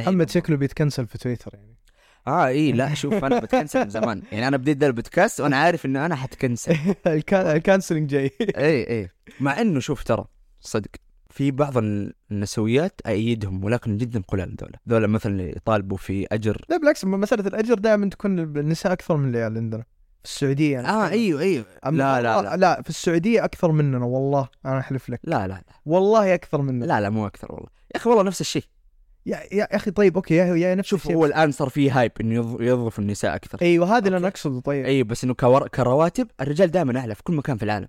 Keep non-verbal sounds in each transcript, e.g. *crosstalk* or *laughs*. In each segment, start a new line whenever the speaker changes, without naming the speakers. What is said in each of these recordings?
محمد شكله بيتكنسل في تويتر يعني
اه اي إيه. لا شوف انا بتكنسل من
*laughs*
زمان يعني انا بديت ذا البودكاست وانا عارف انه انا حتكنسل
الكان- الكانسلنج جاي *laughs*
اي اي مع انه شوف ترى صدق في بعض ال- النسويات ايدهم ولكن جدا قلال ذولا ذولا مثلا اللي يطالبوا في اجر
لا بالعكس مساله الاجر دائما تكون النساء اكثر من العيال عندنا في السعوديه يعني
اه ايوه ايوه
أما-
لا لا
آه،
لا
لا في السعوديه اكثر مننا والله انا احلف لك
لا لا
والله اكثر مننا
لا لا مو اكثر والله يا اخي والله نفس الشيء
يا, يا اخي طيب اوكي يا يا نفس
شوف
الشيء
هو الان صار فيه هايب انه يض- يضرف النساء اكثر
ايوه هذا اللي انا
أوكي.
اقصده طيب
اي بس انه كور... كرواتب الرجال دائما اعلى في كل مكان في العالم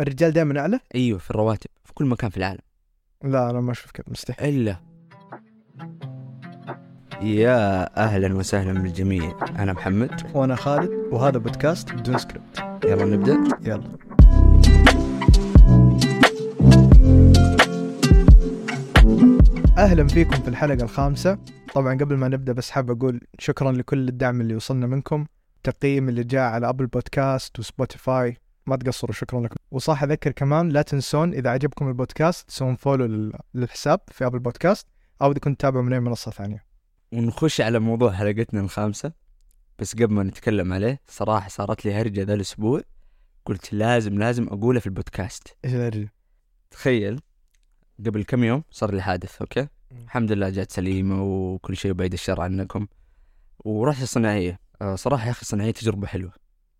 الرجال دائما اعلى
ايوه في الرواتب في كل مكان في العالم
لا انا ما اشوف كذا مستحيل
الا يا اهلا وسهلا بالجميع انا محمد
وانا خالد وهذا بودكاست بدون سكريبت
يلا نبدا
يلا اهلا فيكم في الحلقه الخامسه طبعا قبل ما نبدا بس حاب اقول شكرا لكل الدعم اللي وصلنا منكم التقييم اللي جاء على ابل بودكاست وسبوتيفاي ما تقصروا شكرا لكم وصح اذكر كمان لا تنسون اذا عجبكم البودكاست تسوون فولو لل- للحساب في ابل بودكاست او اذا كنت تتابعوا من اي منصه ثانيه
ونخش على موضوع حلقتنا الخامسه بس قبل ما نتكلم عليه صراحه صارت لي هرجه ذا الاسبوع قلت لازم لازم اقوله في البودكاست
ايش الهرجه؟
تخيل قبل كم يوم صار لي حادث اوكي
مم.
الحمد لله جات سليمه وكل شيء بعيد الشر عنكم ورحت الصناعيه آه، صراحه يا اخي الصناعيه تجربه حلوه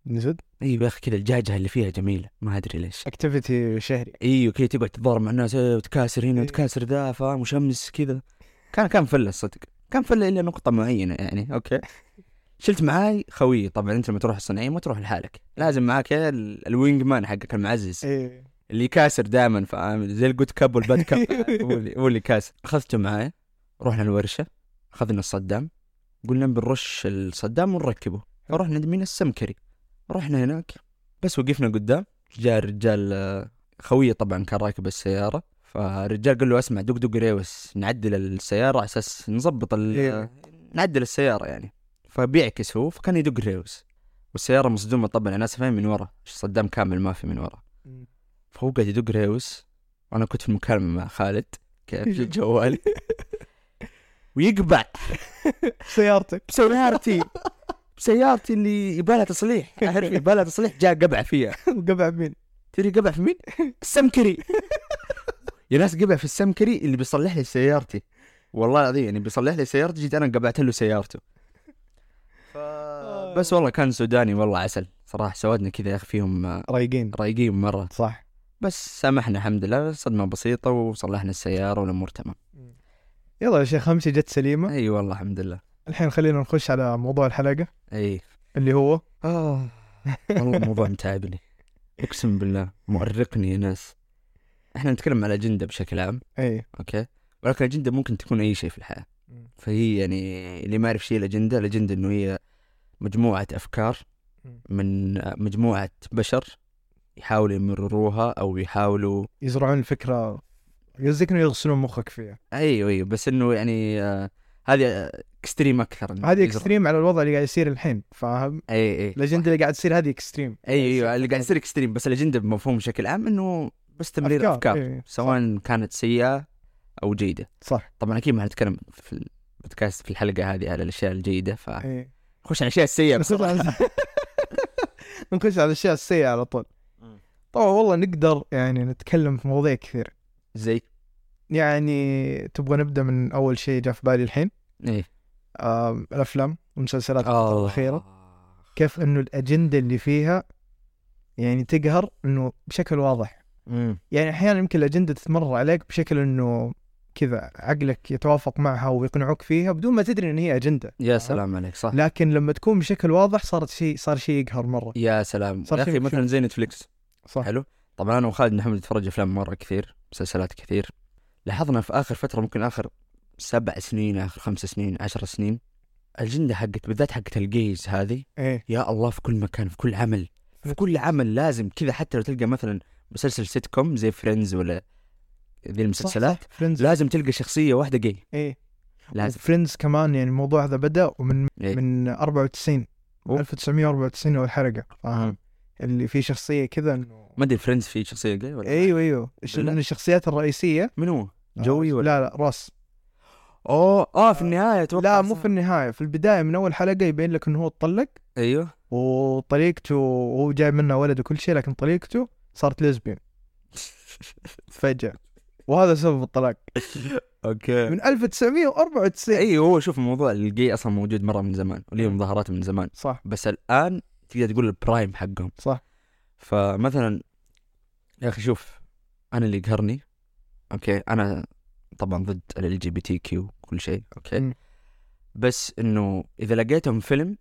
نزد
ايوه يا اخي كذا الجعجعه اللي فيها جميله ما ادري ليش
اكتيفيتي شهري
ايوه كذا تقعد تتضارب مع الناس إيه، وتكاسر هنا
إيه.
وتكاسر ذا فاهم وشمس كذا كان كان فله الصدق كان فله الا نقطه معينه يعني اوكي شلت معاي خويي طبعا انت لما تروح الصناعيه ما تروح لحالك لازم معاك إيه، ال- الوينج مان حقك المعزز
ايه *laughs*
اللي يكاسر دائما فاهم زي الجود كاب والباد كاب *laughs* هو اللي هو اللي كاسر اخذته معاي رحنا الورشه اخذنا الصدام قلنا بنرش الصدام ونركبه رحنا عند مين السمكري رحنا هناك بس وقفنا قدام جاء الرجال آه، خويه طبعا كان راكب السياره فالرجال قال له اسمع دق دق ريوس نعدل السياره على اساس نظبط ال...
إيه.
نعدل السياره يعني فبيعكس هو فكان يدق ريوس والسياره مصدومه طبعا انا اسفين من ورا الصدام كامل ما في من ورا فهو قاعد يدق ريوس وانا كنت في مكالمه مع خالد كيف في الجوال ويقبع
*laughs* سيارتك
بسيارتي بسيارتي اللي يبالها تصليح اعرف يبالها تصليح جاء قبع فيها
وقبع مين؟
تدري قبع في مين؟ السمكري يا ناس قبع في السمكري اللي بيصلح لي سيارتي والله العظيم يعني بيصلح لي سيارتي جيت انا قبعت له سيارته بس والله كان سوداني والله عسل صراحه سوادنا كذا يا اخي فيهم آه،
رايقين
رايقين مره
صح
بس سامحنا الحمد لله صدمة بسيطة وصلحنا السيارة والأمور تمام
يلا يا شيخ امسي جت سليمه
أي والله الحمد لله
الحين خلينا نخش على موضوع الحلقه
أي
اللي هو
آه والله
*laughs*
الموضوع متعبني أقسم بالله مؤرقني يا ناس إحنا نتكلم على أجندة بشكل عام
اي
أوكي ولكن الأجندة ممكن تكون أي شيء في الحياة
مم.
فهي يعني اللي ما يعرف شيء الأجندة الأجندة إنه هي مجموعة أفكار
مم.
من مجموعة بشر يحاولوا يمرروها أو يحاولوا
يزرعون الفكره قصدك انه يغسلون مخك فيها
ايوه ايوه بس انه يعني آه، هذه اكستريم اكثر إنه
هذه
يزرع.
اكستريم على الوضع اللي قاعد يصير الحين فاهم
اي اي
الاجنده اللي قاعد تصير هذه اكستريم
اي ايوه اللي قاعد يصير اكستريم بس الاجنده بمفهوم بشكل عام انه بس تمرير افكار
إيه.
سواء كانت سيئه او جيده
صح
طبعا اكيد ما نتكلم في البودكاست في الحلقه هذه على الاشياء الجيده فخش
إيه.
على الاشياء السيئه
نخش
بصراحه
على نخش على الاشياء السيئه على طول
مم.
طبعا والله نقدر يعني نتكلم في مواضيع كثير
*laughs* زي
يعني تبغى نبدا من اول شيء جاء في بالي الحين
ايه
آه الافلام والمسلسلات
آه.
الأخيرة. كيف انه الاجنده اللي فيها يعني تقهر انه بشكل واضح
مم.
يعني احيانا يمكن الاجنده تتمرر عليك بشكل انه كذا عقلك يتوافق معها ويقنعوك فيها بدون ما تدري ان هي اجنده
يا سلام عليك صح
لكن لما تكون بشكل واضح صارت شيء صار شيء يقهر مره
يا سلام
صار
يا
شيء
اخي
مكشوف.
مثلا زي نتفليكس
صح
حلو طبعا انا وخالد نحب نتفرج افلام مره كثير مسلسلات كثير لاحظنا في اخر فتره ممكن اخر سبع سنين اخر خمس سنين عشر سنين الجنده حقت بالذات حقت الجيز هذه
ايه
يا الله في كل مكان في كل عمل في كل عمل لازم كذا حتى لو تلقى مثلا مسلسل سيت كوم زي فريندز ولا ذي المسلسلات
فريندز
لازم تلقى شخصيه واحده جي
ايه
لازم
فريندز كمان يعني الموضوع هذا بدا ومن
إيه.
من 94
أوه.
1994 اول حلقه فاهم اللي فيه شخصيه كذا انه
ما ادري فريندز في شخصيه جي ولا
ايوه ايوه إيش-
بالله.
لأن الشخصيات الرئيسيه
من هو؟ جوي ولا
لا لا آه، راس
اوه اه في النهايه اتوقع
لا مو
صح.
في النهايه في البدايه من اول حلقه يبين لك انه هو اتطلق
ايوه
وطريقته هو جاي منها ولد وكل شيء لكن طريقته صارت ليزبيان فجاه وهذا سبب الطلاق
اوكي
من 1994
ايوه هو شوف موضوع الجي اصلا موجود مره من زمان وليه مظاهرات من زمان
صح
بس الان تقدر تقول البرايم حقهم
صح
فمثلا يا اخي شوف انا اللي يقهرني اوكي انا طبعا ضد ال جي بي تي كيو كل شيء اوكي
مم.
بس انه اذا لقيتهم فيلم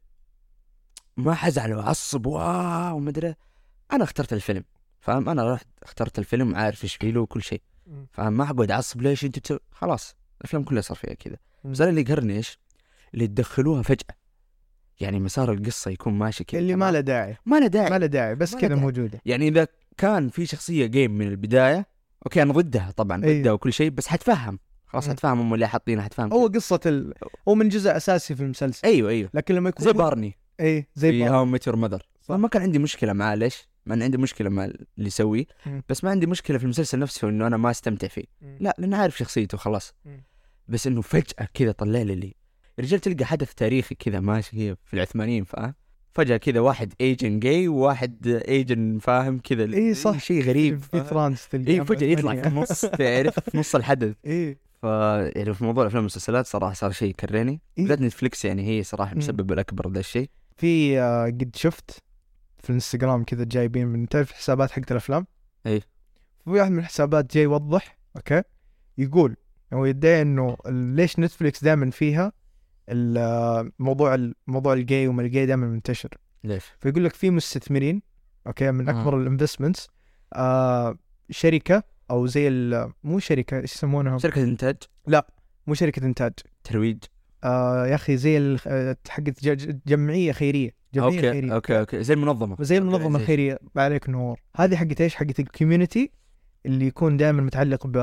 ما حزعل واعصب واو ومدري انا اخترت الفيلم فاهم انا رحت اخترت الفيلم عارف ايش فيه له وكل شيء
مم.
فاهم ما حقعد اعصب ليش انت بتسوي خلاص الافلام كلها صار فيها كذا
مم.
بس انا اللي يقهرني ايش؟ اللي تدخلوها فجاه يعني مسار القصه يكون ماشي كذا
اللي ما له داعي
ما له داعي
ما له داعي بس
ما له
كذا
داعي.
موجوده
يعني اذا كان في شخصيه جيم من البدايه اوكي انا ضدها طبعا
أيوه.
ضدها وكل شيء بس حتفهم خلاص
مم.
حتفهم هم اللي حاطينها حتفهم
هو قصه ال... هو من جزء اساسي في المسلسل
ايوه ايوه
لكن لما يكون
زي بارني
اي زي
في
بار
هاو ميتر ماذر
صح.
ما كان عندي مشكله معاه ليش؟ ما أنا عندي مشكله مع اللي يسويه
مم.
بس ما عندي مشكله في المسلسل نفسه انه انا ما استمتع فيه لا لان عارف شخصيته خلاص
مم.
بس انه فجاه كذا طلع لي اللي يا رجال تلقى حدث تاريخي كذا ماشي هي في العثمانيين فاهم فجاه كذا واحد ايجن جاي وواحد ايجن فاهم كذا
إيه صح.
شيء غريب
في ترانس تلقى
اي فجاه إيه، يطلع في النص
*laughs*
تعرف في نص الحدث
اي
ف يعني في موضوع الافلام والمسلسلات صراحه صار شيء كريني
إيه.
بالذات نتفلكس يعني هي صراحه
مم.
المسبب الاكبر لهذا الشيء
في آه، قد شفت في الانستغرام كذا جايبين من تعرف حسابات حقت الافلام
إيه.
في واحد من الحسابات جاي يوضح اوكي يقول هو يدعي انه ال- ليش نتفليكس دائما فيها ال- آه، موضوع ال- موضوع الجاي وما الجاي دائما منتشر
ليش؟
فيقول لك في مستثمرين اوكي من
آه.
اكبر الانفستمنتس آه شركه او زي ال- مو شركه ايش يسمونها
شركه انتاج
مو شركه انتاج
ترويج
آه يا اخي زي ال- آه، حقت ج- ج- جمعيه خيريه جمعيه
اوكي
خيريه
اوكي اوكي زي المنظمه
زي المنظمه
أوكي، زي-
الخيريه ما عليك نور هذه حقت ايش حقت الكوميونتي اللي يكون دائما متعلق ب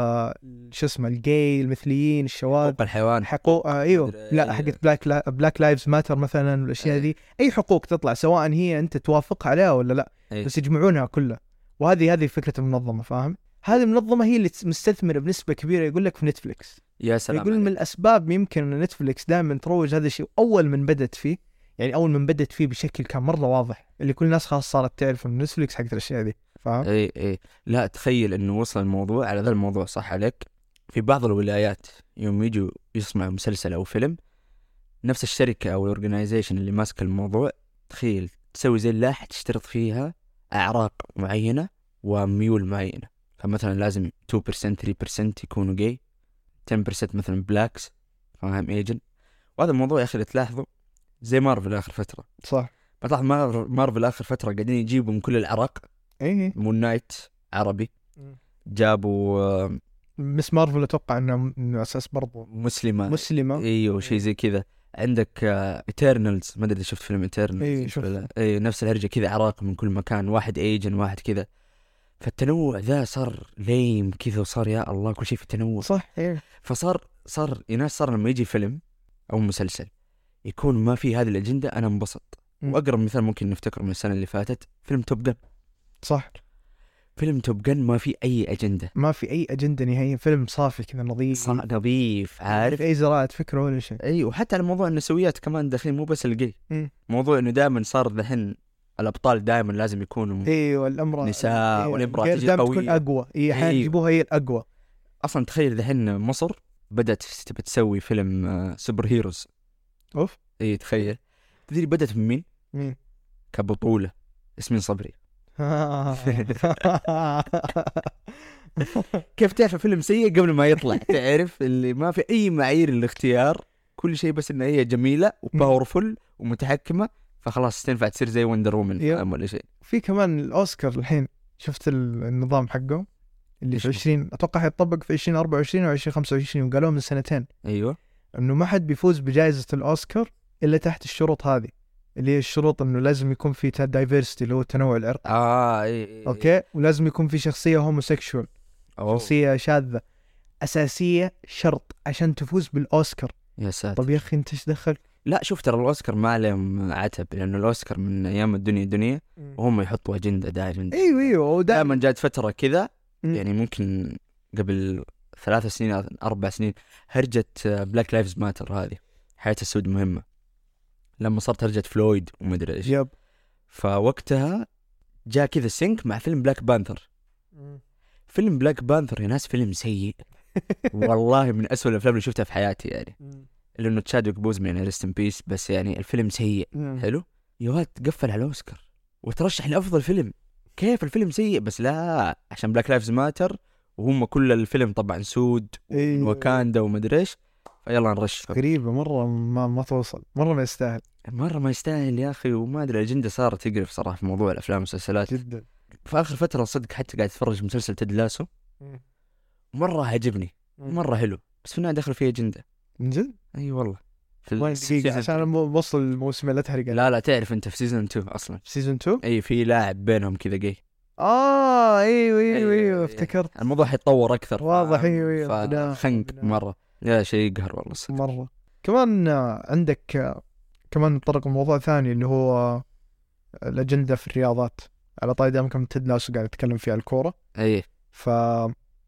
شو اسمه الجاي المثليين الشواذ
حقوق الحيوان
حقوق آه ايوه
مدري-
لا
أيوه.
حقت بلاك لا بلاك لايفز ماتر مثلا والاشياء
أي.
ذي اي حقوق تطلع سواء هي انت توافق عليها ولا لا
أي.
بس يجمعونها كلها وهذه هذه فكره المنظمه فاهم هذه المنظمه هي اللي تس- مستثمره بنسبه كبيره يقول لك في نتفلكس
يا سلام
يقول من
عليك.
الاسباب يمكن ان نتفلكس دائما تروج هذا الشيء اول من بدت فيه يعني اول من بدت فيه بشكل كان مره واضح اللي كل الناس خلاص صارت تعرف ان نتفلكس حقت الاشياء دي فاهم؟
اي اي لا تخيل انه وصل الموضوع على ذا الموضوع صح عليك في بعض الولايات يوم يجوا يسمعوا مسلسل او فيلم نفس الشركه او الاورجنايزيشن اللي ماسك الموضوع تخيل تسوي زي اللائحه تشترط فيها اعراق معينه وميول معينه فمثلا لازم 2% 3% يكونوا جاي 10% مثلا بلاكس فاهم ايجن وهذا الموضوع يا اخي اللي تلاحظه زي مارفل اخر فتره
صح
بتلاحظ مار- مارفل اخر فتره قاعدين يجيبوا من كل العراق
اي
مون نايت عربي
مم.
جابوا آه،
مس مارفل اتوقع انها م- انه اساس برضو
مسلمه
مسلمه
ايوه شيء زي كذا عندك ايترنالز ما ادري إذا شفت فيلم ايترنالز
إيه، شفت.
اي نفس الهرجه كذا عراق من كل مكان واحد ايجن واحد كذا فالتنوع ذا صار ليم كذا وصار يا الله كل شيء في تنوع
صح إيه. اي
فصار صار يا ناس صار لما يجي فيلم او مسلسل يكون ما في هذه الاجنده انا انبسط
مم.
واقرب مثال ممكن نفتكره من السنه اللي فاتت فيلم توب جن
صح
فيلم توب جن ما في اي اجنده
ما في اي اجنده نهائيه فيلم صافي كذا نظيف
صار نظيف عارف
في اي زراعه فكره ولا شيء
اي وحتى على موضوع النسويات كمان داخلين مو بس الجي
مم.
موضوع انه دائما صار دحين الابطال دائما لازم يكونوا
ايوه الامراه
إيه. نساء والامرأة تجي
دائما
قوية.
تكون اقوى اي احيانا
أيوة.
يجيبوها هي الاقوى
اصلا تخيل دحين مصر بدات تبي تسوي فيلم آه، سوبر هيروز
اوف
اي تخيل تدري بدات من مين؟ *laughs*
مين؟ *laughs*
كبطوله ياسمين صبري كيف تعرف فيلم سيء قبل ما
*laughs*
يطلع تعرف اللي ما في اي معايير للاختيار كل شيء بس انها هي جميله وباورفل ومتحكمه فخلاص تنفع تصير زي وندر
يب.
وومن ولا شيء
في كمان الاوسكار الحين شفت ال- النظام حقه اللي في
إيش هو؟
20 اتوقع حيطبق في 2024 او 2025 وقالوه من سنتين
ايوه
انه ما حد بيفوز بجائزه الاوسكار الا تحت الشروط هذه اللي هي الشروط انه لازم يكون في دايفرستي اللي هو التنوع العرقي
اه اي إي- إي.
اوكي ولازم يكون في شخصيه هوموسيكشوال
أوه.
شخصيه شاذه اساسيه شرط عشان تفوز بالاوسكار
يا ساتر
طب يا اخي انت ايش دخل
لا شوف ترى الاوسكار ما عليهم عتب لانه الاوسكار من ايام الدنيا دنيا وهم يحطوا اجنده دائما
أيوه، ايوه ايوه هو دائما
دائما جات فتره كذا
مم.
يعني ممكن قبل ثلاث سنين أو اربع سنين هرجه بلاك لايفز ماتر هذه حياه السود مهمه لما صارت هرجه فلويد ومدري ايش
يب
فوقتها جاء كذا سينك مع فيلم بلاك بانثر فيلم بلاك بانثر يا ناس فيلم سيء والله من أسوأ الافلام اللي شفتها في حياتي يعني لانه تشادوك بوزمان يعني ريست ان بيس بس يعني الفيلم سيء حلو يا ولد قفل على الاوسكار وترشح لافضل فيلم كيف الفيلم سيء بس لا عشان بلاك لايفز ماتر وهم كل الفيلم طبعا سود
إيه.
وكاندا ومدري ايش فيلا نرشحه
غريبه مره ما ما توصل مره ما يستاهل
مره ما يستاهل يا اخي وما ادري الاجنده صارت تقرف صراحه في موضوع الافلام والمسلسلات
جدا
في اخر فتره صدق حتى قاعد اتفرج مسلسل تد لاسو مره عجبني مره حلو بس في النهايه دخل فيه اجنده
من جد؟
اي والله في
والله دقيقه
season-
عشان أنا بوصل الموسم لا تحرق
لا لا تعرف انت في سيزون 2 اصلا
سيزون 2
اي في لاعب بينهم كذا جاي
اه ايوه ايوه
أيوة،
ايوه
أيوة.
افتكرت
الموضوع حيتطور اكثر
واضح ايوه ايوه لا،
خنق
لا،
مره لا شيء يقهر والله صدق *laughs*
مره كمان آه، عندك آه، كمان نتطرق لموضوع ثاني اللي هو آه، الاجنده في الرياضات على طاري دامكم تد لاسو قاعد يتكلم فيها الكوره
اي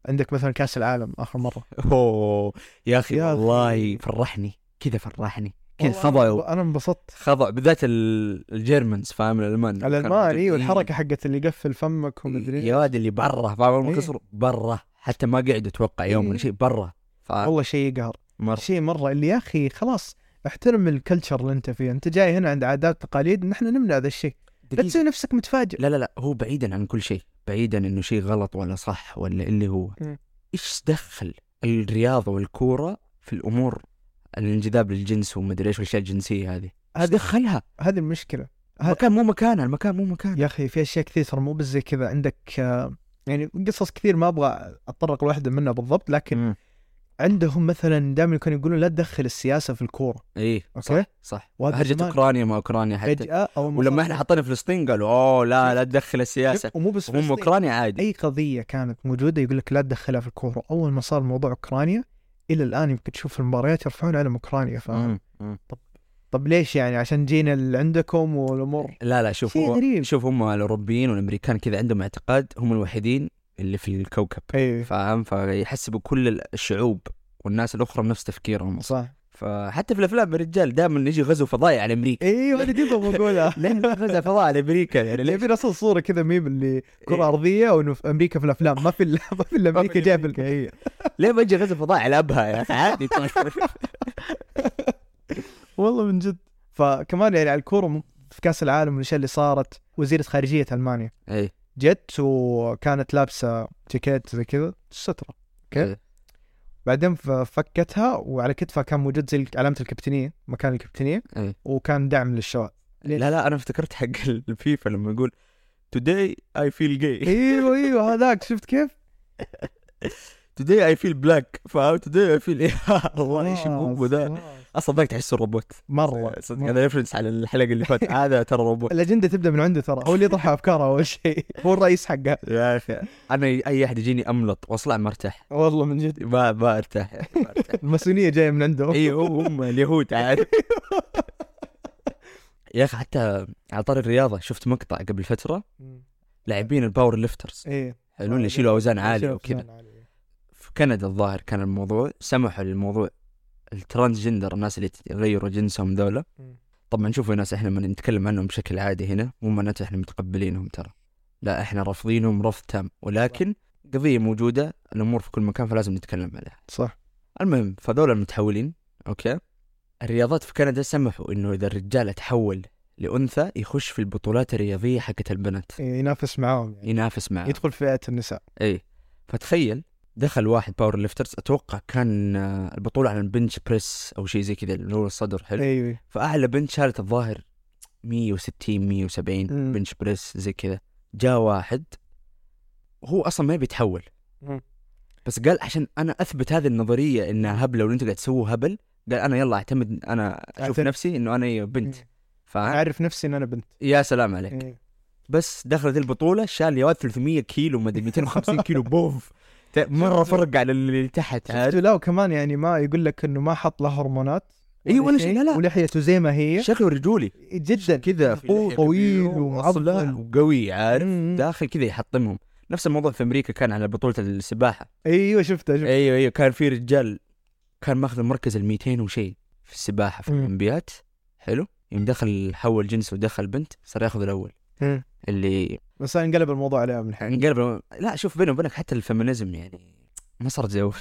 فعندك مثلا كاس العالم اخر مره
اوه يا اخي
يا أخي.
والله فرحني كذا فرحني كذا
والله
خضعوا
أنا- انا انبسطت
خضع بالذات ال- الجيرمنز فاهم الالمان
الالمان ايوه الحركه حقت اللي يقفل فمك ومدري
يا واد اللي برا فاهم أول ما
إيه.
خسروا برا حتى ما قعدوا اتوقع يوم ولا شيء برا فمره
والله شيء يقهر شيء مره اللي يا اخي خلاص احترم الكلتشر اللي انت فيه انت جاي هنا عند عادات وتقاليد نحن نمنع ذا الشيء لا
دقيقة.
تسوي نفسك متفاجئ
لا لا لا هو بعيدا عن كل شيء بعيدا انه شيء غلط ولا صح ولا اللي هو
مم.
ايش دخل الرياضه والكوره في الامور الانجذاب للجنس ومدري ايش والاشياء الجنسيه هذه ايش
هذه
دخلها
هذه المشكله هذا-
مكان مو مكانها المكان مو مكان
يا اخي في اشياء كثير ترى مو بس زي كذا عندك آه، يعني قصص كثير ما ابغى اتطرق لواحده منها بالضبط لكن عندهم مثلا دائما يكونوا يقولون لا تدخل السياسه في الكوره
اي
إيه، أوكي.
صح صح
وهذا
هرجة
زمان
اوكرانيا ما اوكرانيا حتى
فجاه او
ولما احنا حطينا فلسطين قالوا اوه لا لا تدخل السياسه
ومو بس
هم
فلسطين.
اوكرانيا عادي
اي قضيه كانت موجوده يقول لك لا تدخلها في الكوره اول ما صار موضوع اوكرانيا الى الان يمكن تشوف المباريات يرفعون علم اوكرانيا فاهم
مم. مم.
طب ليش يعني عشان جينا اللي عندكم والامور
لا لا شوف
شيء
هو-
غريب.
شوف هم الاوروبيين والامريكان كذا عندهم اعتقاد هم الوحيدين اللي في الكوكب
اي
إيه. فاهم فيحسبوا كل الشعوب والناس الاخرى بنفس تفكيرهم
صح
فحتى في الافلام الرجال دائما يجي غزو فضائي على امريكا
ايوه انا دي ابغى اقولها
*laughs* ليه غزو فضائي على امريكا يعني ليه
يعني في اصلا صوره كذا ميم اللي كره
إيه.
ارضيه وانه في امريكا في الافلام ما في الا *laughs* ما في الا
ما في إيه.
امريكا
إلا
جايه
أمريكا.
بالكهيه
ليه ما يجي غزو فضائي على ابها يا اخي عادي طيب. *laughs*
والله من جد فكمان يعني على الكوره م- في كاس العالم والاشياء اللي صارت وزيره خارجيه المانيا
اي
جت وكانت لابسه جاكيت زي كذا ستره
إيه.
بعدين ف- فكتها وعلى كتفها كان موجود زي علامه الكابتنيه مكان الكابتنيه
إيه.
وكان دعم للشباب ليش؟
لا لا انا افتكرت حق الفيفا لما يقول today I feel gay
ايوه ايوه هذاك شفت كيف؟
*laughs* today I feel black فاهم *laughs* today I feel يا *laughs* الله ايش البوبو ذا
خلاص.
اصلا ذاك تحسه روبوت
مره
صدق
مرة.
هذا ريفرنس على الحلقه اللي فاتت هذا ترى *laughs* روبوت
الاجنده تبدا من عنده ترى هو اللي
*laughs*
يطرح افكاره اول شيء هو الرئيس حقها
يا اخي انا اي احد يجيني املط واصلع ما ارتاح
والله من جد
ما ما ارتاح يا *laughs* أخي، ما ارتاح
الماسونيه جايه من عنده
اي أيوه، *laughs* هم هم اليهود عارف يا اخي حتى على طار الرياضه شفت مقطع قبل فتره لاعبين الباور ليفترز
ايه
حلو اللي يشيلوا اوزان عاليه
شوف
وكذا
زمان عالية.
في كندا الظاهر كان الموضوع سمحوا للموضوع الترانس جندر الناس اللي يغيروا جنسهم ذولا
مم.
طبعا شوفوا يا ناس احنا ما نتكلم عنهم بشكل عادي هنا مو معناته احنا متقبلينهم ترى لا احنا رافضينهم رفض تام ولكن قضيه موجوده الامور في كل مكان فلازم نتكلم عليها
صح
المهم فذول المتحولين اوكي الرياضات في كندا سمحوا انه اذا الرجال تحول لانثى يخش في البطولات الرياضيه حقت البنات
إيه، ينافس معاهم يعني
ينافس معها
يدخل فئه النساء
اي إيه. فتخيل دخل واحد باور ليفترز اتوقع كان آه، البطوله على البنش بريس او شيء زي كذا اللي هو الصدر حلو
ايوه
فاعلى بنش شالت الظاهر 160 170
مم.
بنش بريس زي كذا جاء واحد هو اصلا ما يبي يتحول
مم.
بس قال عشان انا اثبت هذه النظريه انها هبله وان انتوا قاعد تسووا هبل قال انا يلا اعتمد انا اشوف
أعتمد.
نفسي انه انا بنت آه.
مم.
فا
اعرف نفسي ان انا بنت
يا سلام عليك
إيه.
بس دخلت البطوله شال يا ولد 300 كيلو ما ادري 250 كيلو بوف ت- مره فرق على اللي تحت عاد
شفتوا لا وكمان يعني ما يقول لك انه ما حط له هرمونات
اي إيه، ولا شيء لا لا
ولحيته زي ما هي
شكله رجولي
جدا
كذا
طويل ومعضل.
وقوي عارف
مم.
داخل كذا يحطمهم نفس الموضوع في امريكا كان على بطوله السباحه
ايوه شفته شفته
ايوه ايوه كان في رجال كان ماخذ المركز ال 200 وشيء في السباحه في
مم.
الاولمبيات حلو يوم دخل حول جنس ودخل بنت صار ياخذ الاول
مم.
اللي
بس انقلب الموضوع عليه من الحين
انقلب لا شوف بيني وبينك حتى الفيمينيزم يعني ما صارت زي اول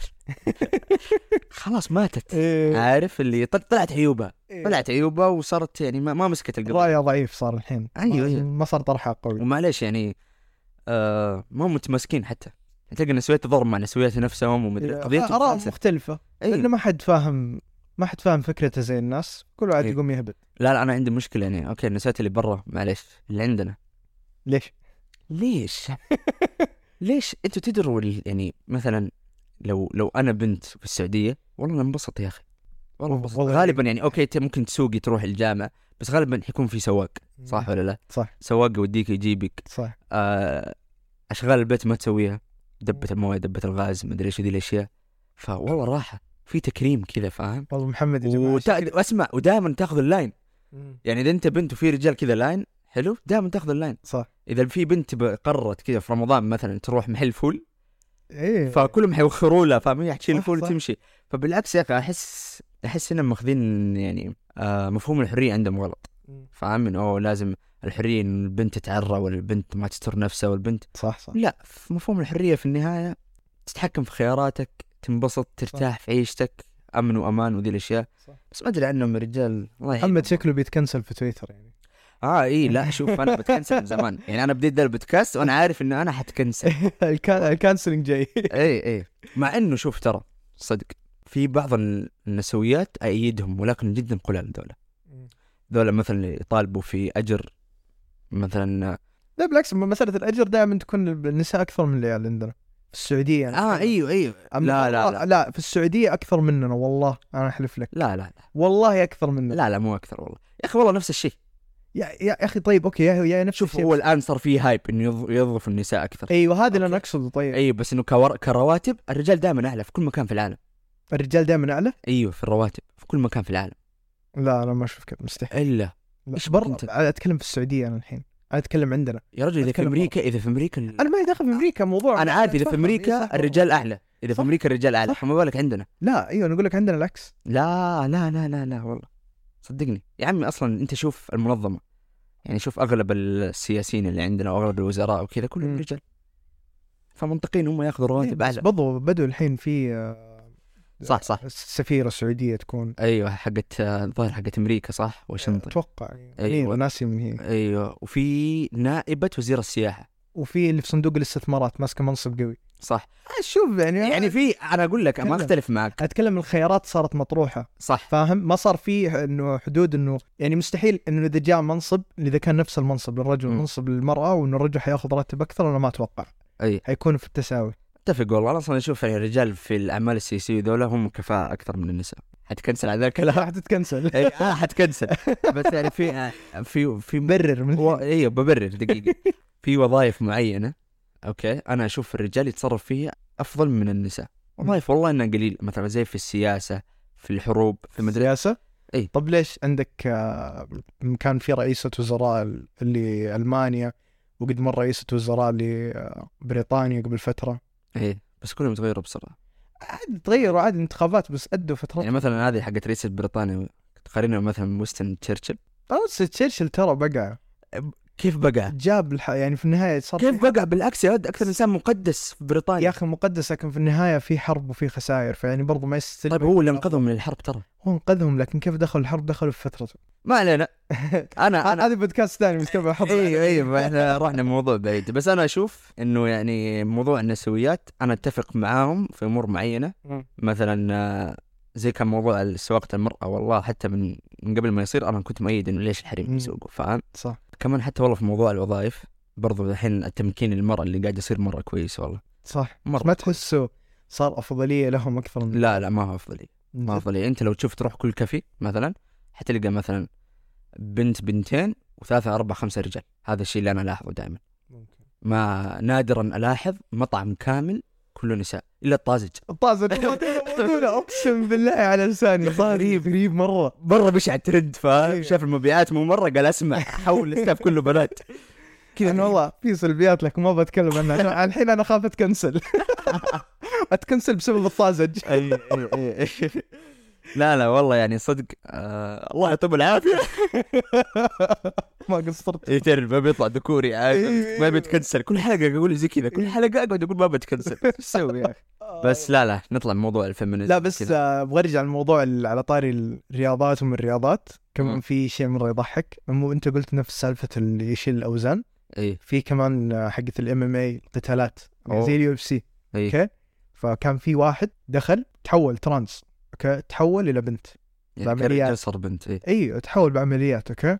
خلاص ماتت
إيه.
عارف اللي طل- طلعت عيوبها
إيه.
طلعت عيوبها وصارت يعني ما, ما مسكت القضيه
رايه ضعيف صار الحين
ايوه ايوه
ما صار طرحه قوي
ومعليش يعني آه ما هم متماسكين حتى تلقى النسويات تضرب مع نسويات نفسهم ومدري
إيه،
قضيتهم
اراء
خاصة.
مختلفه
أيوة.
انه ما حد فاهم ما حد فاهم فكرته زي الناس كل واحد
إيه.
يقوم يهبط
لا لا انا عندي مشكله يعني اوكي النسويات اللي برا معليش اللي عندنا
ليش؟ *laughs*
ليش؟ ليش انتوا تدروا ال- يعني مثلا لو لو انا بنت في السعوديه والله انا انبسط يا اخي والله انبسط
والله
غالبا يعني اوكي انت ممكن تسوقي تروح الجامعه بس غالبا حيكون في سواق صح ولا لا؟
صح.
سواق يوديك يجيبك
صح
آه، اشغال البيت ما تسويها دبه المويه دبه الغاز مدري ايش ذي الاشياء فوالله راحه في تكريم كذا فاهم
والله محمد يا جماعه
وت... اسمع ودائما تاخذ اللاين يعني اذا انت بنت وفي رجال كذا لاين حلو دائما تاخذ اللاين
صح
اذا في بنت ب- قررت كذا في رمضان مثلا تروح محل فول
ايه
فكلهم حيوخروا لها فاهم هي حتشيل
صح،
الفول
صح.
وتمشي فبالعكس يا اخي احس احس انهم ماخذين يعني آه مفهوم الحريه عندهم غلط فاهم انه اوه لازم الحريه ان البنت تتعرى ولا البنت ما تستر نفسها والبنت
صح صح
لا في مفهوم الحرية في النهاية تتحكم في خياراتك تنبسط ترتاح في عيشتك أمن وأمان وذي الأشياء
صح.
بس ما أدري عنهم الرجال الله يعينهم.
محمد شكله بيتكنسل في تويتر يعني *laughs*
آه إي لا شوف أنا بتكنسل من زمان يعني أنا بديت ذا البودكاست وأنا عارف إنه أنا حتكنسل
الكا- الكانسلنج جاي
إي إي إيه، مع إنه شوف ترى صدق في بعض ال- النسويات أيدهم ولكن جدا قلال دولة ذولا مثلا اللي يطالبوا في أجر مثلا
*laughs* لا بالعكس مساله الاجر دائما تكون النساء اكثر من العيال عندنا في السعوديه يعني
آه أيوه أيوه
أم-
لا لا
آه،
لا
لا في السعوديه اكثر مننا والله انا احلف لك
لا لا
والله اكثر مننا
لا لا مو أكثر والله يا أخي والله نفس الشيء
يا, يا اخي طيب اوكي يا, يا نفس
شوف
الشيء.
هو الان صار فيه هايب انه يض- يضرف النساء اكثر
ايوه هذا اللي انا
أوكي.
اقصده طيب
ايوه بس انه كور... كرواتب الرجال دائما اعلى في كل مكان في العالم
الرجال دائما اعلى
ايوه في الرواتب في كل مكان في العالم
لا انا ما اشوف كذا مستحيل
الا
لا.
إيش برا؟
أنت- أنا اتكلم في السعوديه انا الحين انا اتكلم عندنا
يا رجل اذا في
أتكلم
امريكا اذا في امريكا ال-
انا ما داخل في امريكا موضوع
انا عارف اذا في
أتفهم، إيه، صح
امريكا الرجال
والله.
اعلى اذا
صح.
في امريكا الرجال اعلى
صح.
فما بالك عندنا
لا ايوه انا اقول لك عندنا العكس
لا لا لا لا لا والله صدقني يا عمي اصلا انت شوف المنظمه يعني شوف اغلب السياسيين اللي عندنا واغلب الوزراء وكذا كلهم
مم.
رجال فمنطقيين هم ياخذوا رواتب
إيه، بس
اعلى
بدوا بدوا الحين في آه،
صح صح
السفيره السعوديه تكون آه،
ايوه حقت الظاهر حقت امريكا صح واشنطن
اتوقع
أيوة.
ايوه ناسي من هي
ايوه وفي نائبه وزير السياحه
وفي اللي في صندوق الاستثمارات ماسكه منصب قوي
صح
آه، شوف يعني
يعني في انا اقول لك ما
تكلم.
اختلف معك
اتكلم الخيارات صارت مطروحه
صح
فاهم ما صار فيه انه حدود انه يعني مستحيل انه اذا جاء منصب اذا كان نفس المنصب للرجل
مم.
منصب للمراه وانه الرجل حياخذ راتب اكثر انا ما اتوقع
أي.
حيكون في
*laughs*
التساوي
اتفق والله انا اصلا اشوف يعني الرجال في الاعمال السياسيه ذولا هم كفاءه اكثر من النساء حتكنسل على ذا *laughs* الكلام
راح تتكنسل
اي انا آه، حتكنسل بس يعني في في في
برر من *laughs*
و... ايوه ببرر دقيقه في وظائف معينه اوكي انا اشوف الرجال يتصرف فيها افضل من النساء وظائف والله انها قليل مثلا زي في السياسه في الحروب في *laughs* مدري
المدرسه
أي.
طب ليش عندك آه، كان في رئيسة وزراء اللي المانيا وقد مر رئيسة وزراء لبريطانيا قبل فترة
ايه بس كلهم يتغيروا بسرعه
عاد تغيروا عاد انتخابات بس ادوا فترة
يعني مثلا هذه حقت رئيس بريطانيا تقارنها مثلا بوينستون تشرشل
بس تشرشل ترى بقى
كيف بقى؟
جاب الح... يعني في النهاية صار في-
كيف بقى بالعكس يا ولد اكثر انسان مقدس في بريطانيا
يا اخي مقدس لكن في النهاية في حرب وفي خسائر فيعني برضو ما يستلم
طيب هو اللي انقذهم من الحرب ترى
هو انقذهم لكن كيف دخلوا الحرب دخلوا في فترته
ما علينا انا انا
هذا بودكاست ثاني بنتكلم عن الحرب
ايوه ايوه احنا رحنا موضوع بعيد بس انا اشوف انه يعني موضوع النسويات انا اتفق معاهم في امور معينه
مم.
مثلا آه، زي كان موضوع سواقه المراه والله حتى من من قبل ما يصير انا كنت مؤيد انه ليش الحريم
مم.
يسوقوا فاهم
صح
كمان حتى والله في موضوع الوظائف برضو الحين التمكين المرأة اللي قاعد يصير مرة كويس والله
صح
مرة
ما تحسه صار افضلية لهم اكثر من
لا لا ما هو أفضلي ما أفضلي أنت لو تشوف تروح كل كافي مثلا حتلقى مثلا بنت بنتين وثلاثة أربعة خمسة رجال هذا الشيء اللي أنا ألاحظه دائما ما نادرا ألاحظ مطعم كامل كله نساء إلا الطازج *laughs*
طازت موضوعنا اقسم بالله على لساني غريب غريب مره
مرة مشى على الترند فاهم
أيوة.
*laughs* شاف المبيعات مو مرة قال أسمع حول الستاف كله بنات كذا
انا والله في سلبيات لك ما بتكلم عنها عشان الحين انا
*laughs*
خاف اتكنسل اتكنسل بسبب الطازج *laughs*
أي أي أي أي. إيه، لا لا والله يعني صدق آه الله يعطيهم العافيه
ما قصرت
إيه تعرف ما بيطلع ذكوري عارف
إيه.
ما بتكنسل كل حلقه اقول زي كذا كل حلقه اقعد اقول ما بتكنسل ايش اسوي يا اخي إيه. *laughs* بس لا لا نطلع من موضوع الفيمينيزم
لا بس
كذا.
آه، ابغى ارجع الموضوع ال- على طاري الرياضات ومن الرياضات كمان
مم.
في شيء مره يضحك مو انت قلت نفس سالفه اللي يشيل الاوزان
اي
في كمان آه، حقه الام ام اي قتالات يعني
أوه.
زي اليو اف سي
إيه.
اوكي فكان في واحد دخل تحول ترانس اوكي تحول الى بنت
يعني
بعمليات.
كرجال صار بنت اي
اي تحول بعمليات اوكي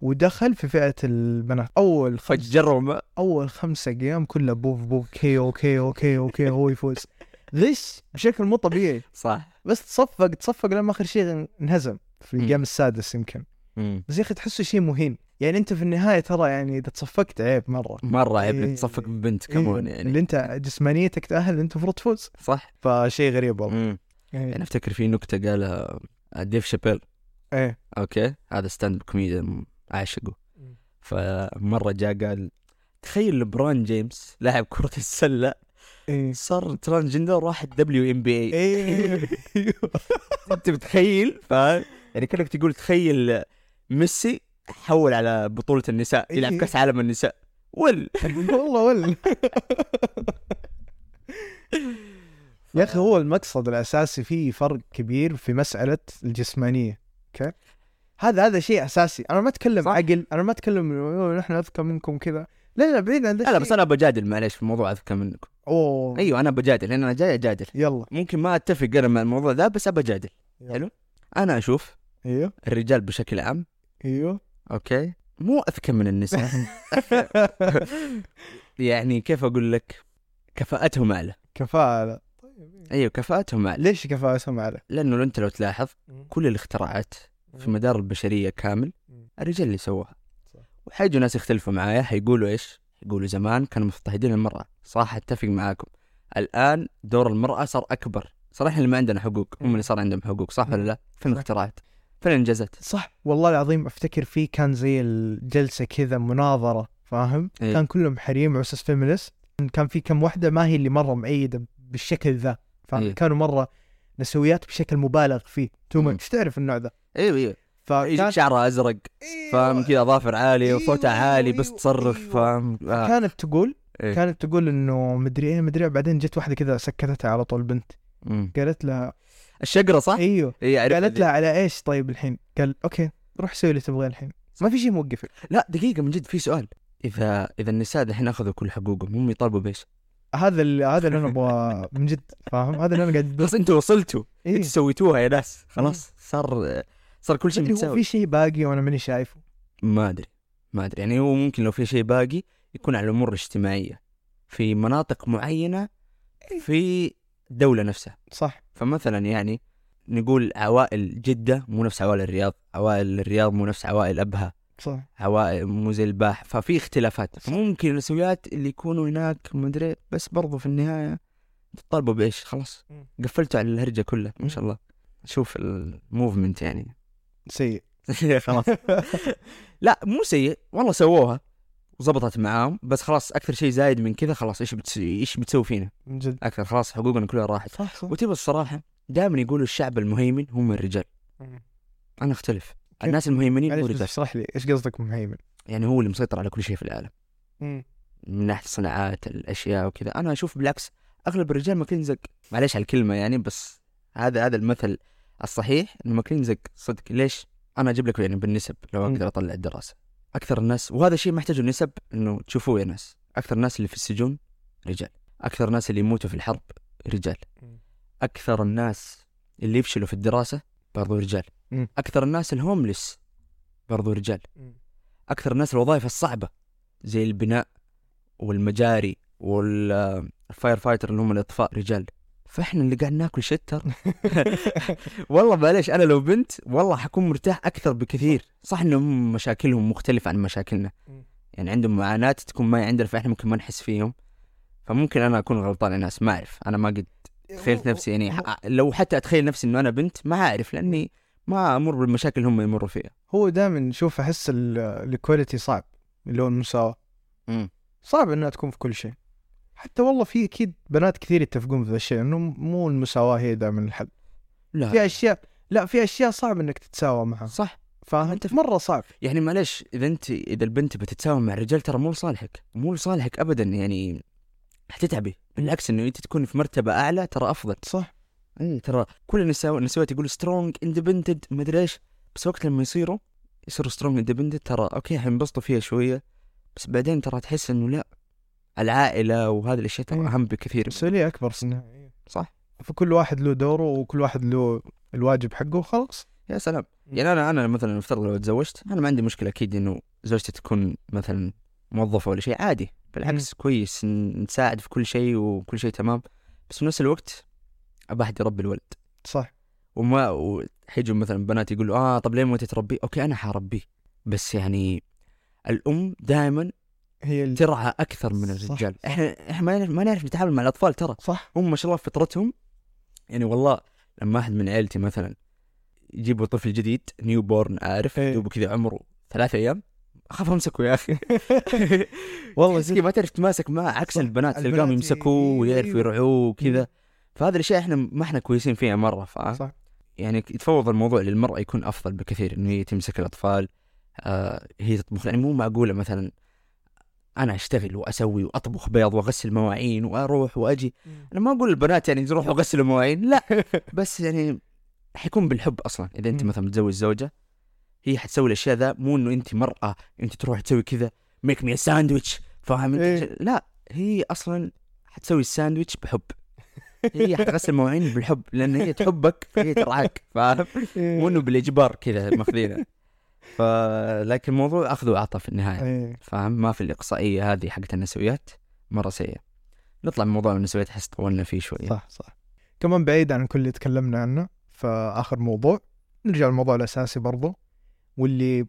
ودخل في فئه البنات اول خمس
فجروا ما
اول خمسة ايام كلها بوف بوف كيو كيو كيو كيو
*laughs*
هو يفوز غش بشكل مو طبيعي
صح
بس تصفق تصفق لما اخر شيء انهزم في
مم.
الجيم السادس يمكن
مم.
بس يا اخي تحسه شيء مهين يعني انت في النهايه ترى يعني اذا تصفقت عيب مره
مره عيب
إيه.
تصفق ببنت كمون يعني
اللي انت جسمانيتك تاهل انت المفروض تفوز
صح
فشيء غريب والله
مم. يعني
إيه.
افتكر في نكته قالها آه، ديف شابيل
ايه
اوكي هذا ستاند اب كوميديان اعشقه
مم.
فمره جاء قال تخيل لبرون جيمس لاعب كرة السلة
ايه
صار ترانجندر راح الدبليو ام بي *laughs* اي
ايه
انت بتخيل ف يعني كانك تقول تخيل ميسي حول على بطولة النساء يلعب
إيه.
كأس عالم النساء ول
*laughs* والله ولا يا اخي هو المقصد الاساسي فيه فرق كبير في مساله الجسمانيه اوكي هذا هذا شيء اساسي انا ما اتكلم
صح.
عقل انا ما اتكلم "أوه، نحن اذكى منكم كذا لا لا بعيد عن ذا
لا لا
الشيء.
بس انا بجادل معليش في الموضوع اذكى منكم
اوه
ايوه انا بجادل لان انا جاي اجادل
يلا
ممكن ما اتفق انا مع الموضوع ذا بس ابى اجادل
يلا.
حلو انا اشوف
ايوه
الرجال بشكل عام
ايوه
اوكي مو اذكى من النساء
*laughs*
يعني كيف اقول لك كفاءتهم اعلى
*laughs* كفاءه
ايوه كفاءتهم اعلى
ليش كفاءه سمعه
لانه انت لو تلاحظ كل الاختراعات في مدار البشريه كامل
مم.
الرجال اللي سووها
صح.
وحيجوا ناس يختلفوا معايا حيقولوا ايش؟ يقولوا زمان كانوا مضطهدين المراه صح اتفق معاكم الان دور المراه صار اكبر صار احنا اللي ما عندنا حقوق هم
مم.
اللي صار عندهم حقوق صح ولا
مم.
لا؟ فين
صح.
الاختراعات؟ فين الانجازات؟
صح والله العظيم افتكر في كان زي الجلسه كذا مناظره فاهم؟
إيه.
إيه؟ كان كلهم حريم وعسس فيمينست كان في كم واحده ما هي اللي مره مؤيده بالشكل ذا فاهم؟
إيه.
إيه؟ كانوا مره نسويات بشكل مبالغ فيه تو
مم.
ماتش تعرف النوع ذا
ايوه ايوه يجيك
فكان
شعرها ازرق فاهم كذا اظافر عاليه
أيوة،
وصوتها
أيوة،
عالي بس
أيوة،
تصرخ
أيوة.
فاهم آه.
كانت تقول
إيه.
إيه؟ كانت تقول انه مدري ايه مدري إيه، بعدين جت واحده كذا سكتتها على طول بنت
مم.
قالت لها
الشقره صح؟ إيه،
ايوه
اي عرفت
قالت
ذي.
لها على ايش طيب الحين؟ قال اوكي روح سوي اللي تبغاه الحين ما في شيء موقفك
لا دقيقه من جد في سؤال اذا اذا النساء دحين اخذوا كل حقوقهم هم يطالبوا بايش؟
هذا اللي هذا اللي انا ابغاه من جد فاهم هذا اللي انا قاعد *laughs*
بس انتوا وصلتوا
إيه.
انتوا سويتوها يا ناس خلاص صار صار كل شيء
اللي هو
متساوي
في شيء باقي وانا ماني شايفه
ما ادري ما ادري يعني هو ممكن لو في شيء باقي يكون على الامور الاجتماعيه في مناطق معينه
إيه.
في الدوله نفسها
صح
فمثلا يعني نقول عوائل جده مو نفس عوائل الرياض عوائل الرياض مو نفس عوائل ابها
صح
عوائل مو زي الباح ففي اختلافات
صح.
ممكن النسويات اللي يكونوا هناك مدري بس برضو في النهايه تطالبوا بايش خلاص
مم.
قفلتوا على الهرجه كلها ما
مم.
شاء الله شوف الموفمنت
*laughs*
يعني
سيء
خلاص لا مو سيء والله سووها وزبطت معاهم بس خلاصس اكثر شيء زايد من كذا خلاص ايش بتسوي ايش بتسوي فينا
من جد
اكثر خلاص حقوقنا كلها راحت
صح صح
وتبى الصراحه دائما يقولوا الشعب المهيمن هم الرجال انا اختلف الناس المهيمنين مو
معلش يعني بس
الرجال
اشرح لي ايش قصدك مهيمن؟
يعني هو اللي مسيطر على كل شيء في العالم
*laughs*
من ناحيه الصناعات الاشياء وكذا انا اشوف بالعكس اغلب الرجال ماكلين زق معليش على الكلمه يعني بس هذا هذا المثل الصحيح انه ماكلين زق صدق ليش؟ انا اجيب لكم يعني بالنسب لو
مم.
اقدر اطلع الدراسه اكثر الناس وهذا الشيء ما يحتاجوا نسب انه تشوفوه يا ناس اكثر الناس اللي في السجون رجال اكثر الناس اللي يموتوا في الحرب رجال
مم.
اكثر الناس اللي يفشلوا في الدراسه برضو رجال
مم.
اكثر الناس الهوملس برضو رجال اكثر الناس الوظائف الصعبه زي البناء والمجاري والفاير فايتر اللي هم الاطفاء رجال فاحنا اللي قاعد ناكل شتر
*laughs*
والله معليش انا لو بنت والله حكون مرتاح اكثر بكثير صح انهم مشاكلهم مختلفه عن مشاكلنا
مم.
يعني عندهم معاناه تكون ما عندنا فاحنا ممكن ما نحس فيهم فممكن انا اكون غلطان يا ناس ما اعرف انا ما قد تخيلت نفسي يعني ح- لو حتى اتخيل نفسي انه انا بنت ما اعرف لاني ما امر بالمشاكل هم يمروا فيها
هو دائما شوف احس الكواليتي صعب اللي هو المساواه
مم.
صعب انها تكون في كل شيء حتى والله في اكيد بنات كثير يتفقون في ذا الشيء انه مو المساواه هي دائما الحل في
لا
اشياء لا في اشياء صعب انك تتساوى معها
صح
فاهم
أتفق.
مره صعب
يعني معلش اذا انت اذا البنت بتتساوم مع الرجال ترى مو لصالحك مو لصالحك ابدا يعني حتتعبي بالعكس انه انت تكون في مرتبه اعلى ترى افضل
صح
اي ترى كل النساء النسوات يقولوا سترونج اندبندنت مدري ايش بس وقت لما يصيروا يصيروا سترونج اندبندنت ترى اوكي حينبسطوا فيها شويه بس بعدين ترى تحس انه لا العائله وهذه الاشياء ترى
إيه.
اهم بكثير
مسؤوليه اكبر صناعيه
صح.
فكل واحد له دوره وكل واحد له الواجب حقه وخلاص
يا سلام يعني انا انا مثلا افترض لو تزوجت انا ما عندي مشكله اكيد انه زوجتي تكون مثلا موظفه ولا شيء عادي بالعكس كويس ن- نساعد في كل شيء وكل شيء تمام بس في نفس الوقت ابى احد يربي الولد
صح
وما وحيجوا مثلا بنات يقولوا اه طب ليه ما تربيه اوكي انا حربيه بس يعني الام دائما
هي ال...
ترعى اكثر من
صح،
الرجال احنا احنا ما نعرف- ما نعرف نتعامل مع الاطفال ترى
صح
هم ما شاء الله فطرتهم يعني والله لما احد من عيلتي مثلا يجيبوا طفل جديد نيو بورن عارف
إيه.
دوبه كذا عمره ثلاث ايام اخاف امسكه يا اخي
*laughs* والله
بس كذا ما تعرف تماسك معه عكس
صح.
البنات تلقاهم
البنات إيه.
يمسكوه ويعرفوا
أيوه.
يرعوه وكذا فهذه الاشياء احنا ما احنا كويسين فيها مره ف
صح.
يعني يتفوض الموضوع للمراه يكون افضل بكثير انه هي تمسك الاطفال آه هي تطبخ يعني مو معقوله مثلا انا اشتغل واسوي واطبخ بيض واغسل مواعين واروح واجي انا ما اقول البنات يعني يروحوا غسلوا مواعين لا
*laughs*
بس يعني حيكون بالحب اصلا اذا انت
مم.
مثلا متزوج زوجه هي حتسوي الاشياء ذا مو انه انت مراه انت تروح تسوي كذا ميك مي ساندويتش فاهم انت؟
إيه.
لا هي اصلا حتسوي الساندويتش بحب هي حتغسل مواعين
*laughs*
بالحب لان هي تحبك هي ترعاك فاهم
إيه.
مو انه بالاجبار كذا ماخذينه ف لكن الموضوع اخذ وعطى في النهايه
إيه.
فاهم ما في الاقصائيه هذه حقت النسويات مره سيئه نطلع من موضوع النسويات احس طولنا فيه شويه
صح صح كمان بعيد عن كل اللي تكلمنا عنه فآخر موضوع نرجع للموضوع الأساسي برضو واللي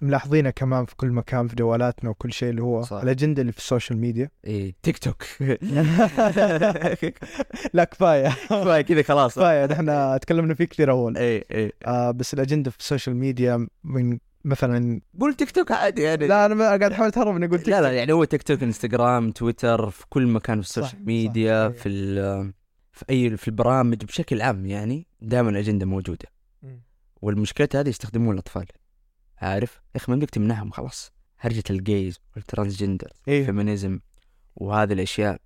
ملاحظينه كمان في كل مكان في جوالاتنا وكل شيء اللي هو
صح.
الأجندة اللي في السوشيال *laughs* ميديا
ايه تيك توك *laughs*
لا كفاية
كفايه كذا خلاص
كفاية نحن تكلمنا فيه كثير أول
ايه ايه
آه بس الأجندة في السوشيال ميديا من مثلا
قول تيك توك عادي يعني
لا أنا ما- قاعد أحاول أتهرب إني أقول
لا لا يعني هو تيك توك انستغرام تويتر في كل مكان في
صح، صح.
السوشيال ميديا في ال- في اي في البرامج بشكل عام يعني دائما الاجنده موجوده
مم.
والمشكله هذه يستخدمونها الاطفال عارف يا اخي ما يمديك تمنعهم خلاص هرجه الجيز والترانسجندر
إيه
الفيمينيزم وهذه الاشياء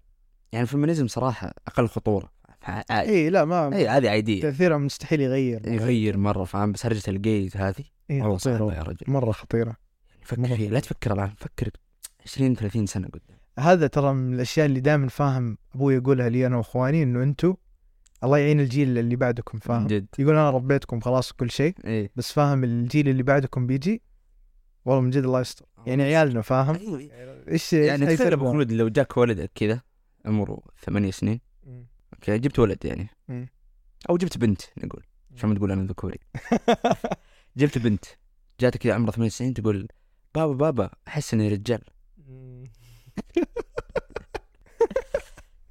يعني الفيمينيزم صراحه اقل خطوره عادي
إيه لا ما
اي هذه عاديه
تأثيرها مستحيل يغير
يغير مره فاهم بس هرجه الجيز هذه
إيه
والله صعبه
خطيرة
يا رجل
مرة خطيرة
فكر
مرة.
فيها لا تفكر الان فكر 20 30 سنه قدام
هذا ترى من الاشياء اللي دائما فاهم ابوي يقولها لي انا واخواني انه انتم الله يعين الجيل اللي بعدكم
من
فاهم
جد
يقول انا ربيتكم خلاص كل شيء
ايه
بس فاهم الجيل اللي بعدكم بيجي والله من جد الله يستر يعني عيالنا فاهم
ايوه
ايش
يعني
إيش
تخيل
حيصير
ابو
لهم؟
خلود لو جاك ولدك كذا عمره ثمانية سنين
مم.
اوكي جبت ولد يعني
مم.
او جبت بنت نقول عشان ما تقول انا ذكوري جبت بنت جاتك كذا عمرها ثمانية سنين تقول بابا بابا احس اني رجال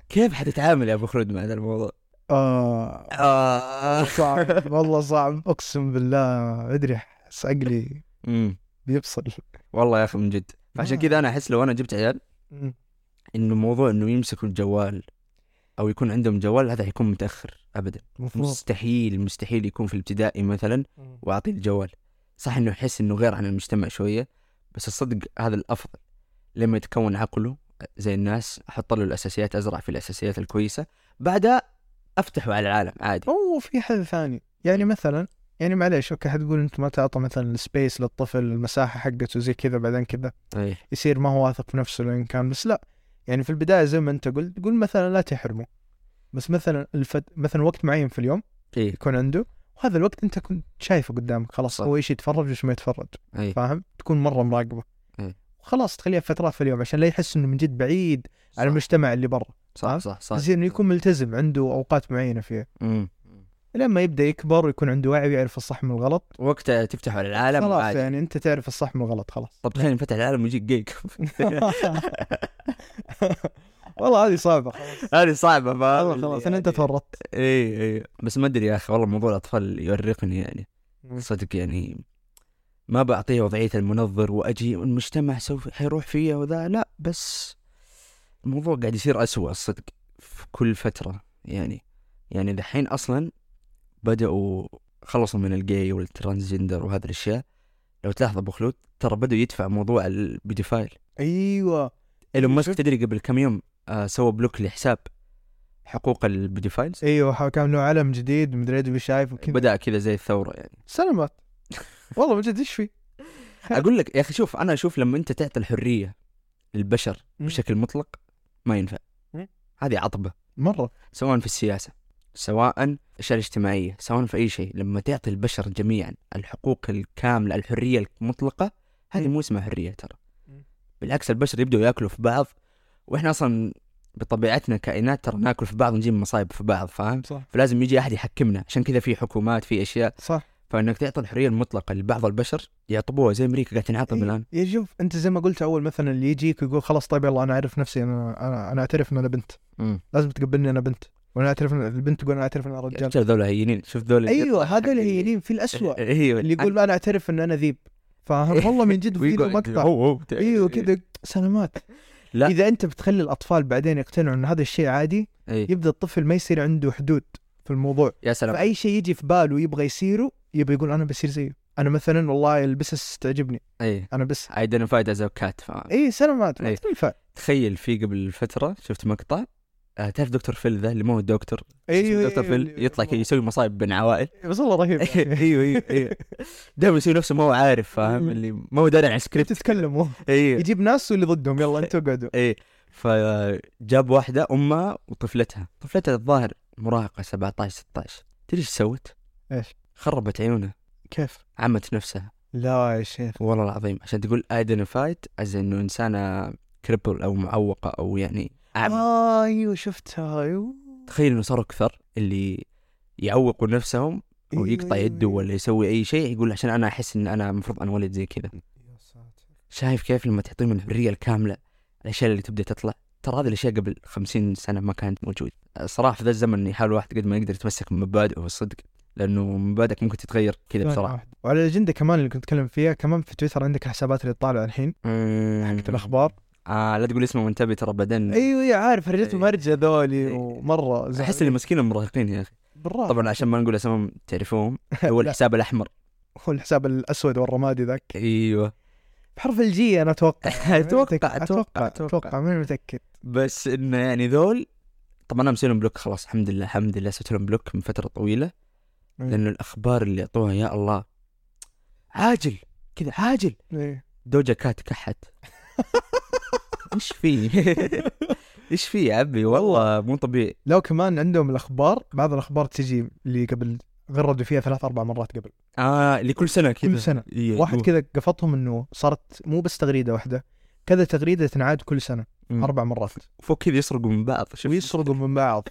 كيف حتتعامل يا ابو خلود مع هذا الموضوع؟
*laughs* آه
آه.
صعب *laughs* والله صعب اقسم بالله ادري احس عقلي
أمم.
بيفصل
والله يا اخي من جد فعشان
آه.
كذا انا احس لو انا جبت عيال
مم.
انه موضوع انه يمسكوا الجوال او يكون عندهم جوال هذا حيكون متاخر ابدا
مفروض
مستحيل مستحيل يكون في الابتدائي مثلا واعطيه الجوال صح انه يحس انه غير عن المجتمع شويه بس الصدق هذا الافضل لما يتكون عقله زي الناس احط له الاساسيات ازرع في الاساسيات الكويسه بعدها افتحه على العالم عادي
او في حل ثاني يعني مثلا يعني معليش اوكي حتقول انت ما تعطى مثلا السبيس للطفل المساحه حقته زي كذا بعدين كذا
ايه
يصير ما هو واثق في نفسه لو إن كان بس لا يعني في البدايه زي ما انت قلت قول مثلا لا تحرمه بس مثلا الفت... مثلا وقت معين في اليوم
ايه
يكون عنده وهذا الوقت انت كنت شايفه قدامك خلاص
صح.
هو ايش يتفرج وايش ما يتفرج
ايه
فاهم تكون مره مراقبه
إيه.
خلاص تخليها فترات في اليوم عشان لا يحس انه من جد بعيد عن
صح طيب.
المجتمع اللي برا
صح صح, صح.
زي انه يكون ملتزم عنده اوقات معينه فيها
مم.
لما يبدا يكبر ويكون عنده وعي ويعرف الصح من الغلط
وقتها تفتحه على العالم
خلاص
عادي
يعني انت تعرف الصح من الغلط
*laughs*
خلاص *laughs*
طب تخيل فتح العالم ويجيك جيك *laughs*
والله هذه صعبه خلاص
هذه صعبه فاهم؟
والله خلاص انا انت
يعني- إيه.
تورطت
اي اي بس ما ادري يا اخي والله موضوع الاطفال يورقني يعني صدق يعني ما بعطيه وضعيه المنظر واجي المجتمع سوف حيروح فيا وذا لا بس الموضوع قاعد يصير أسوأ الصدق في كل فتره يعني يعني دحين اصلا بداوا خلصوا من الجاي والترانسجندر وهذه الاشياء لو تلاحظ ابو خلود ترى بدأوا يدفع موضوع البيدوفايل
ايوه
ايلون ماسك
شفت؟
تدري قبل كم يوم آه سوى بلوك لحساب حقوق البيدوفايلز
ايوه ح- كان له علم جديد مدري ادري شايف وكذا
بدا كذا زي الثوره يعني
سلامات والله من جد ايش في؟
اقول لك يا اخي شوف انا اشوف لما انت تعطي الحريه للبشر بشكل مطلق ما ينفع
مم.
هذه عطبه
مره
سواء في السياسه سواء الاشياء الاجتماعيه سواء في اي شيء لما تعطي البشر جميعا الحقوق الكامله الحريه المطلقه هذه
مم.
مو اسمها حريه ترى
مم.
بالعكس البشر يبدوا ياكلوا في بعض واحنا اصلا بطبيعتنا كائنات ترى ناكل في بعض نجيب مصايب في بعض فاهم
صح
فلازم يجي احد يحكمنا عشان كذا في حكومات في اشياء
صح
فانك تعطي الحريه المطلقه لبعض البشر يعطبوها زي امريكا قاعد تنعطب
إيه.
الان
يا شوف انت زي ما قلت اول مثلا اللي يجيك يقول خلاص طيب يلا انا اعرف نفسي انا انا, أنا اعترف ان انا بنت لازم تقبلني انا بنت وانا اعترف ان البنت تقول انا اعترف ان انا رجال
رجال ذولا هينين شوف ذولا
ايوه هذول هينين
*laughs*
في الاسوء
ايوه
اللي يقول انا اعترف ان انا ذيب فاهم والله
*laughs*
من جد في له
إيه. ويقعد-
مقطع
أوه، أوه.
ايوه كذا سلامات
لا.
لا اذا انت بتخلي الاطفال بعدين يقتنعوا ان هذا الشيء عادي
إيه.
يبدا الطفل ما يصير عنده حدود في الموضوع
يا سلام
فاي شيء يجي في باله يبغى يصيره يبغى يقول انا بصير زيه انا مثلا والله البسس تعجبني
اي *laughs*
انا بس
ايدنتيفايد از كات
اي سلامات ما
إيه.
تنفع
تخيل في قبل فتره شفت مقطع آه، تعرف دكتور فيل ذا اللي ما هو الدكتور
ايوه
دكتور فيل
اللي-
يطلع كذا يسوي مصايب بين عوائل
بس والله
*laughs*
رهيب
ايوه ايوه
أيوة.
ايوه دائما يسوي نفسه ما هو عارف فاهم
أيوه.
اللي ما هو داري عن السكريبت *laughs*
تتكلموا
ايوه
يجيب ناس واللي ضدهم يلا انتوا اقعدوا
ايه فجاب واحدة أمها وطفلتها طفلتها الظاهر مراهقة 17 16 تدري ايش سوت؟
إيش؟
خربت عيونها
كيف؟
عمت نفسها
لا يا شيخ
والله العظيم عشان تقول ايدنتيفايد از انه انسانة كريبل او معوقة او يعني أعمى
آه ايوه شفتها ايوه
تخيل انه صاروا كثر اللي يعوقوا نفسهم او
أيوه،
يقطع
أيوه،
يده
أيوه.
ولا يسوي اي شيء يقول عشان انا احس ان انا المفروض انولد زي كذا
يا ساتر
شايف كيف لما تعطيهم الحرية الكاملة الأشياء اللي تبدأ تطلع ترى هذه الأشياء قبل خمسين سنة ما كانت موجودة صراحة في ذا الزمن يحاول واحد قد ما يقدر يتمسك بمبادئه الصدق لأنه مبادئك ممكن تتغير كذا بسرعة
واحد. وعلى الاجنده كمان اللي كنت اتكلم فيها كمان في تويتر عندك الحسابات اللي طالعه الحين حقت الاخبار
آه لا تقول اسمه وانتبه ترى بعدين
ايوه يا عارف رجعت
إيه.
مرجع ذولي
إيه.
ومره زعل.
أحس اللي ماسكين المراهقين يا أخي
بالراحه
طبعا عشان ما نقول أسمهم تعرفوهم هو
آه. *laughs* لا.
الحساب الأحمر
هو الحساب الاسود والرمادي ذاك
أيوه
بحرف الجي انا اتوقع
*laughs* أتوقع
اتوقع
أتوقع
اتوقع
أتوقع
ماني متاكد
بس إنه يعني ذول طبعا أنا مسوي لهم بلوك خلاص الحمد لله الحمد لله سويت لهم بلوك من فترة طويلة
إيه.
لانه الاخبار اللي يعطوها يا الله عاجل كذا عاجل
إيه.
دوجا كات
*laughs*
كحت ايش في *laughs* ايش في يا عبي والله مو طبيعي
لو كمان عندهم الاخبار بعض الاخبار تجي اللي قبل غردوا فيها ثلاث اربع مرات قبل
اه اللي كل سنه كذا
كل سنة.
إيه،
واحد
أوه.
كذا قفطهم انه صارت مو بس تغريده واحده كذا تغريده تنعاد كل سنه
مم.
اربع مرات
فوق كذا يسرقوا من بعض شوف
ويسرقوا من بعض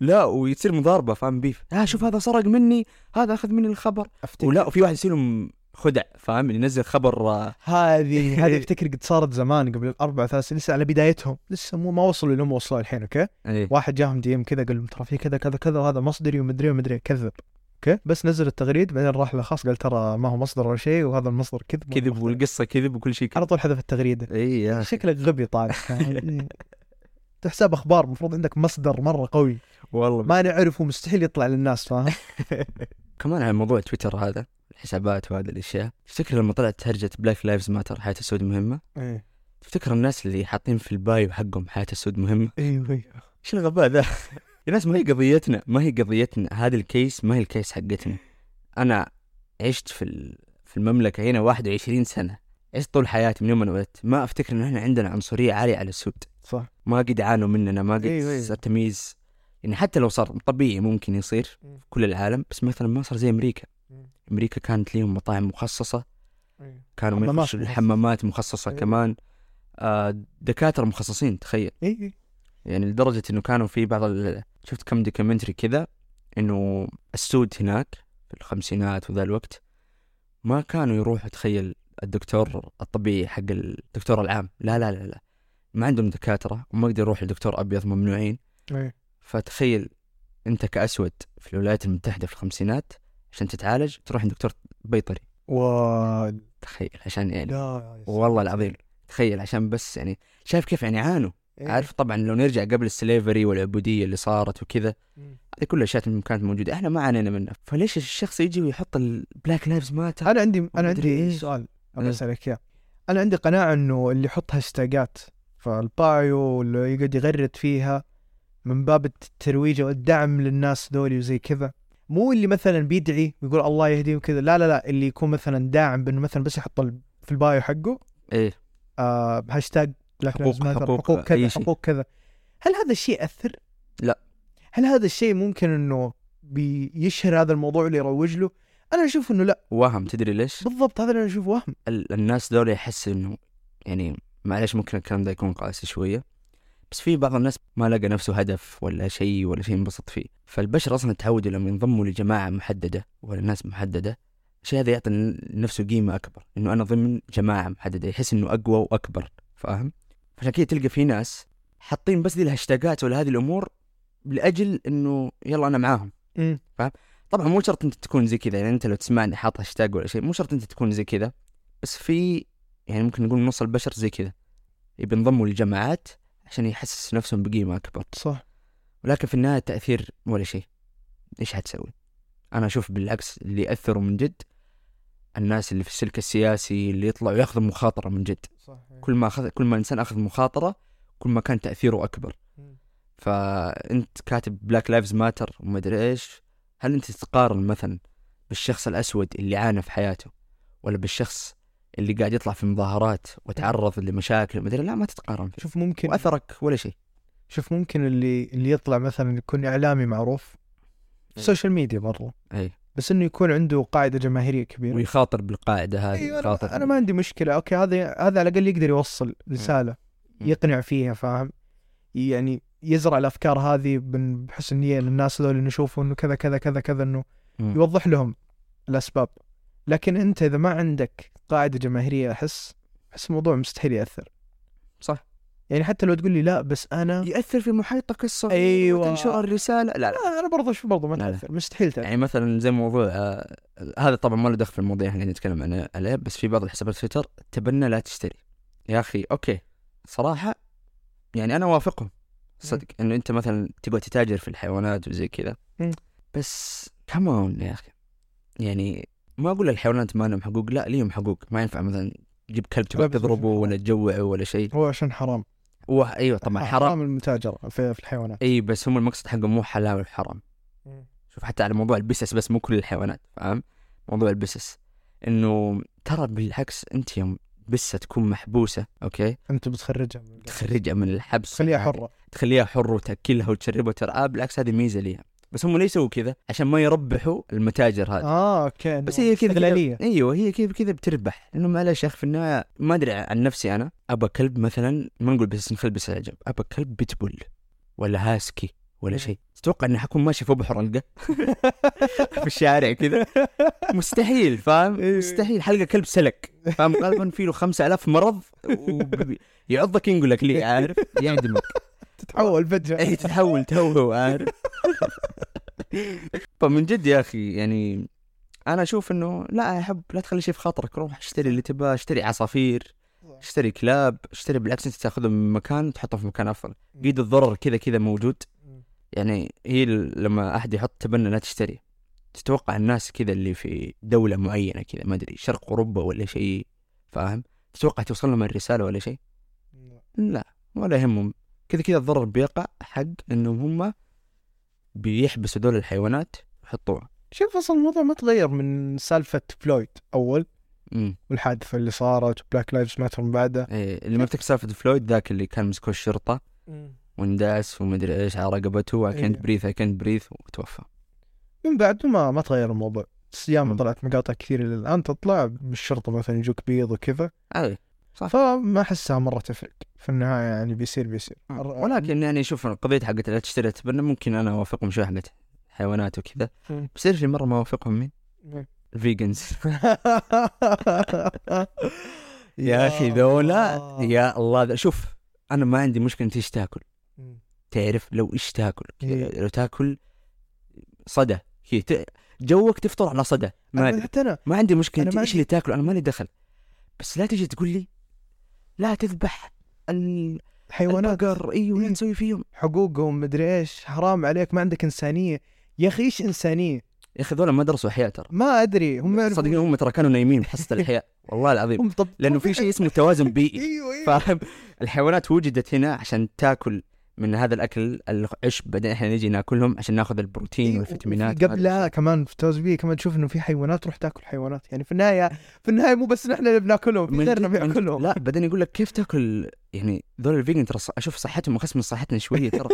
لا ويصير مضاربه فاهم بيف ها شوف هذا سرق مني هذا اخذ مني الخبر
افتكر
ولا وفي واحد يصير لهم خدع فاهم اللي ينزل خبر آه، *laughs*
هذه هذه افتكر قد صارت زمان قبل اربع ثلاث سنين لسه على بدايتهم لسه مو ما وصلوا اللي هم وصلوا الحين اوكي
ايه
واحد جاهم دي ام كذا قال لهم ترى في كذا كذا كذا وهذا مصدري ومدري ومدري كذب اوكي بس نزل التغريد بعدين راح لخاص قال ترى ما هو مصدر ولا شيء وهذا المصدر كذب وأنا
كذب
مخترع.
والقصه كذب وكل شيء
*laughs*
كذب
على طول حذف التغريده
اي يا أخي.
شكلك غبي يعني طالع تحسب اخبار المفروض عندك مصدر مره قوي
والله
ما نعرفه مستحيل يطلع للناس فاهم
*laughs* كمان على موضوع تويتر هذا الحسابات وهذه الاشياء تفتكر لما طلعت هرجه بلاك لايفز ماتر حياه السود مهمه
ايوه
تفتكر الناس اللي حاطين في البايو حقهم حياه السود مهمه
ايوه
ايش الغباء ذا *laughs* يا ناس ما هي قضيتنا ما هي قضيتنا هذا الكيس ما هي الكيس حقتنا انا عشت في ال- في المملكه هنا 21 سنه عشت طول حياتي من يوم ما ولدت ما افتكر ان احنا عندنا عنصريه عاليه على السود
صح
ما قد عانوا مننا ما قد
أيوه، أيوه.
صار تمييز يعني حتى لو صار طبيعي ممكن يصير في كل العالم بس مثلا ما صار زي امريكا
مم. إيه.
امريكا كانت ليهم مطاعم مخصصه كانوا ما
حمامات
يخشوا
مخصصة.
الحمامات مخصصه
أيوه.
كمان آه دكاتره مخصصين تخيل
اي
يعني لدرجه انه كانوا في بعض ال... شفت كم دوكيومنتري كذا انه السود هناك في الخمسينات وذا الوقت ما كانوا يروحوا تخيل الدكتور الطبيعي حق الدكتور العام لا لا لا لا ما عندهم دكاتره وما يقدر يروح لدكتور ابيض ممنوعين
اي
فتخيل انت كاسود في الولايات المتحده في الخمسينات عشان تتعالج تروح عند دكتور بيطري
و
تخيل عشان يعني
لا يا
والله العظيم تخيل عشان بس يعني شايف كيف يعني عانوا
إيه.
عارف طبعا لو نرجع قبل السليفري والعبوديه اللي صارت وكذا
مم.
هذه كلها اشياء كانت موجوده احنا ما عانينا منها فليش الشخص يجي ويحط البلاك لايفز ماتر
انا عندي انا
مدري
عندي
إيش.
سؤال ابغى
إيه.
اسالك اياه انا عندي قناعه انه اللي يحط هاشتاجات فالبايو واللي يقعد يغرد فيها من باب الترويج والدعم للناس دولي وزي كذا مو اللي مثلا بيدعي ويقول الله يهديه وكذا لا لا لا اللي يكون مثلا داعم بانه مثلا بس يحط ال- في البايو حقه
ايه
آه هاشتاج Black
حقوق-
Lives Matter،
حقوق
حقوق كذا
أي شيء.
حقوق كذا هل هذا الشيء ياثر؟
لا.
هل هذا الشيء ممكن انه بيشهر هذا الموضوع اللي يروج له؟ انا اشوف انه لا
وهم تدري ليش؟
بالضبط هذا اللي انا اشوفه وهم
ال- الناس دول يحس انه يعني معلش ممكن الكلام ده يكون قاسي شويه بس في بعض الناس ما لقى نفسه هدف ولا شيء ولا شيء انبسط فيه فالبشر اصلا تعودوا لما ينضموا لجماعه محدده ولا ناس محدده الشيء هذا يعطي لنفسه قيمه اكبر انه انا ضمن جماعه محدده يحس انه اقوى واكبر فاهم عشان كذا تلقى في ناس حاطين بس ذي الهاشتاجات ولا هذه الامور لاجل انه يلا انا معاهم
مم.
طبعا مو شرط انت تكون زي كذا يعني انت لو تسمعني حاط هاشتاج ولا شيء مو شرط انت تكون زي كذا بس في يعني ممكن نقول نص البشر زي كذا يبي ينضموا لجماعات عشان يحسس نفسهم بقيمه اكبر
صح
ولكن في النهايه التاثير ولا شيء ايش حتسوي؟ انا اشوف بالعكس اللي ياثروا من جد الناس اللي في السلك السياسي اللي يطلعوا ياخذوا مخاطره من جد
صح
كل ما أخذ كل ما الانسان اخذ مخاطره كل ما كان تاثيره اكبر
مم.
فانت كاتب بلاك لايفز ماتر وما ادري ايش هل انت تقارن مثلا بالشخص الاسود اللي عانى في حياته ولا بالشخص اللي قاعد يطلع في مظاهرات وتعرض لمشاكل وما ادري لا ما تتقارن فيه
شوف ممكن
واثرك ولا شيء
شوف ممكن اللي اللي يطلع مثلا يكون اعلامي معروف في
إيه.
السوشيال ميديا برضه
اي
بس انه يكون عنده قاعده جماهيريه كبيره
ويخاطر بالقاعده هذه
ايوه
يخاطر
انا, أنا ما عندي مشكله اوكي هذا هذا على الاقل يقدر يوصل رساله
مم.
يقنع فيها فاهم يعني يزرع الافكار هذه بن- بحسن نيه للناس هذول اللي نشوفوا انه كذا كذا كذا كذا انه
مم.
يوضح لهم الاسباب لكن انت اذا ما عندك قاعده جماهيريه احس احس الموضوع مستحيل ياثر
صح.
يعني حتى لو تقول لي لا بس انا
ياثر في محيطك الصغير
أيوة.
وتنشر الرساله لا لا
آه، انا برضه اشوف برضه ما
لا، لا.
تاثر مستحيل تاثر
يعني مثلا زي موضوع آه، هذا طبعا ما له دخل في المواضيع اللي احنا قاعدين نتكلم عنها- عليه بس في بعض الحسابات تويتر تبنى لا تشتري يا اخي اوكي صراحه يعني انا اوافقهم صدق انه انت مثلا تبغى تتاجر في الحيوانات وزي كذا
مم.
بس كمان يا اخي يعني ما اقول الحيوانات ما لهم حقوق لا ليهم حقوق ما ينفع مثلا تجيب كلب
لا،
تبغى
بس
تضربه
عشان
ولا تجوعه ولا شيء
هو عشان حرام آه،
و... ايوه طبعا حرام
حرام المتاجره في, في الحيوانات
اي بس هم المقصد حقهم مو حلال وحرام شوف حتى على موضوع البسس بس مو كل الحيوانات فاهم موضوع البسس انه ترى بالعكس انت يوم بسه تكون محبوسه اوكي
انت بتخرجها من القلب.
تخرجها من الحبس
خليها حره
تخليها حر وتاكلها وتشربها وترعاها بالعكس هذه ميزه ليها بس هم ليه يسووا كذا عشان ما يربحوا المتاجر هذه
اه اوكي
طيب. بس
إنه
هي كذا- كذا- *laughs*
استغلاليه
ايوه هي كيف كذا بتربح لانه معلش يا اخي في النهايه ما ادري عن نفسي انا ابى كلب مثلا ما نقول بس نخلي بس عجب ابى كلب بيتبول ولا هاسكي ولا
مم.
شيء تتوقع اني حكون ماشي في بحر القى في الشارع كذا مستحيل
إيه.
فاهم مستحيل حلقه كلب سلك فاهم غالبا فيه له 5000 مرض وب- يعضك ينقلك ليه يعني
*laughs*
عارف إيه. يعدمك
تتحول فجاه
اي تتحول توه *laughs* عارف فمن جد يا اخي يعني انا اشوف انه لا يا حب لا تخلي شيء في خاطرك روح اشتري اللي تبغاه اشتري عصافير اشتري كلاب اشتري بالعكس انت تاخذهم من مكان وتحطهم في مكان افضل قيد الضرر كذا كذا موجود يعني هي ال- لما احد يحط تبنى لا تشتري تتوقع الناس كذا اللي في دوله معينه كذا ما ادري شرق اوروبا ولا شيء فاهم تتوقع توصل لهم الرساله ولا شيء لا ولا يهمهم كذا كذا الضرر بيقع حق انهم هم بيحبسوا دول الحيوانات يحطوها
شوف اصلا الموضوع ما تغير من سالفه فلويد اول
امم
والحادثه اللي صارت بلاك لايفز ماتر من بعدها
إيه اللي مسك سالفه فلويد ذاك اللي كان مسكوه الشرطه ونداس ومدري ايش على رقبته اي كانت
إيه.
بريث اي كانت بريث وتوفى
من بعده ما ما تغير الموضوع صيام
مم.
طلعت مقاطع كثير الى الان تطلع بالشرطه مثلا يجوك بيض وكذا
اي صح.
فما احسها مره تفرق في النهايه يعني بيصير بيصير
*laughs* ولكن يعني شوف القضيه حقت لا تشتري تبنى ممكن انا اوافقهم شوي حقت حيوانات وكذا
مم.
بس ايش اللي مره ما اوافقهم مين؟ الفيجنز *laughs* يا اخي ذولا يا الله ذا- شوف انا ما عندي مشكله انت ايش تاكل تعرف لو ايش تاكل
إيه.
لو تاكل صدى هي ت- جوك تفطر على صدى ما
أنا- حتى انا
ما عندي مشكله
أنا
أنت
ما
ايش
عندي-
اللي تاكله انا مالي دخل بس لا تجي تقول لي لا تذبح ال-
حيوانات
البقر ايوه لا
مم.
تسوي فيهم
حقوقهم مدري ايش حرام عليك ما عندك انسانيه يا اخي ايش انسانيه
يا اخي ذولا ما درسوا احياء ترى
ما ادري هم يعرفوا-
صدقني هم ترى كانوا نايمين
*laughs*
بحصه الاحياء والله العظيم
هم طب
لانه في شيء اسمه توازن
*laughs*
بيئي
ايوه ايوه
فاهم الحيوانات وجدت هنا عشان تاكل من هذا الاكل العشب بعدين احنا نجي ناكلهم عشان ناخذ البروتين
إيه،
والفيتامينات
وفي قبلها كمان في توزبيه كمان تشوف انه في حيوانات تروح تاكل حيوانات يعني في النهايه في النهايه مو بس نحن اللي بناكلهم في
من
غيرنا
جد- من-
بياكلهم
لا بعدين يقول لك كيف تاكل يعني ذول الفيجن ترى ص- اشوف صحتهم اخس من صحتنا شويه
*laughs*
ترى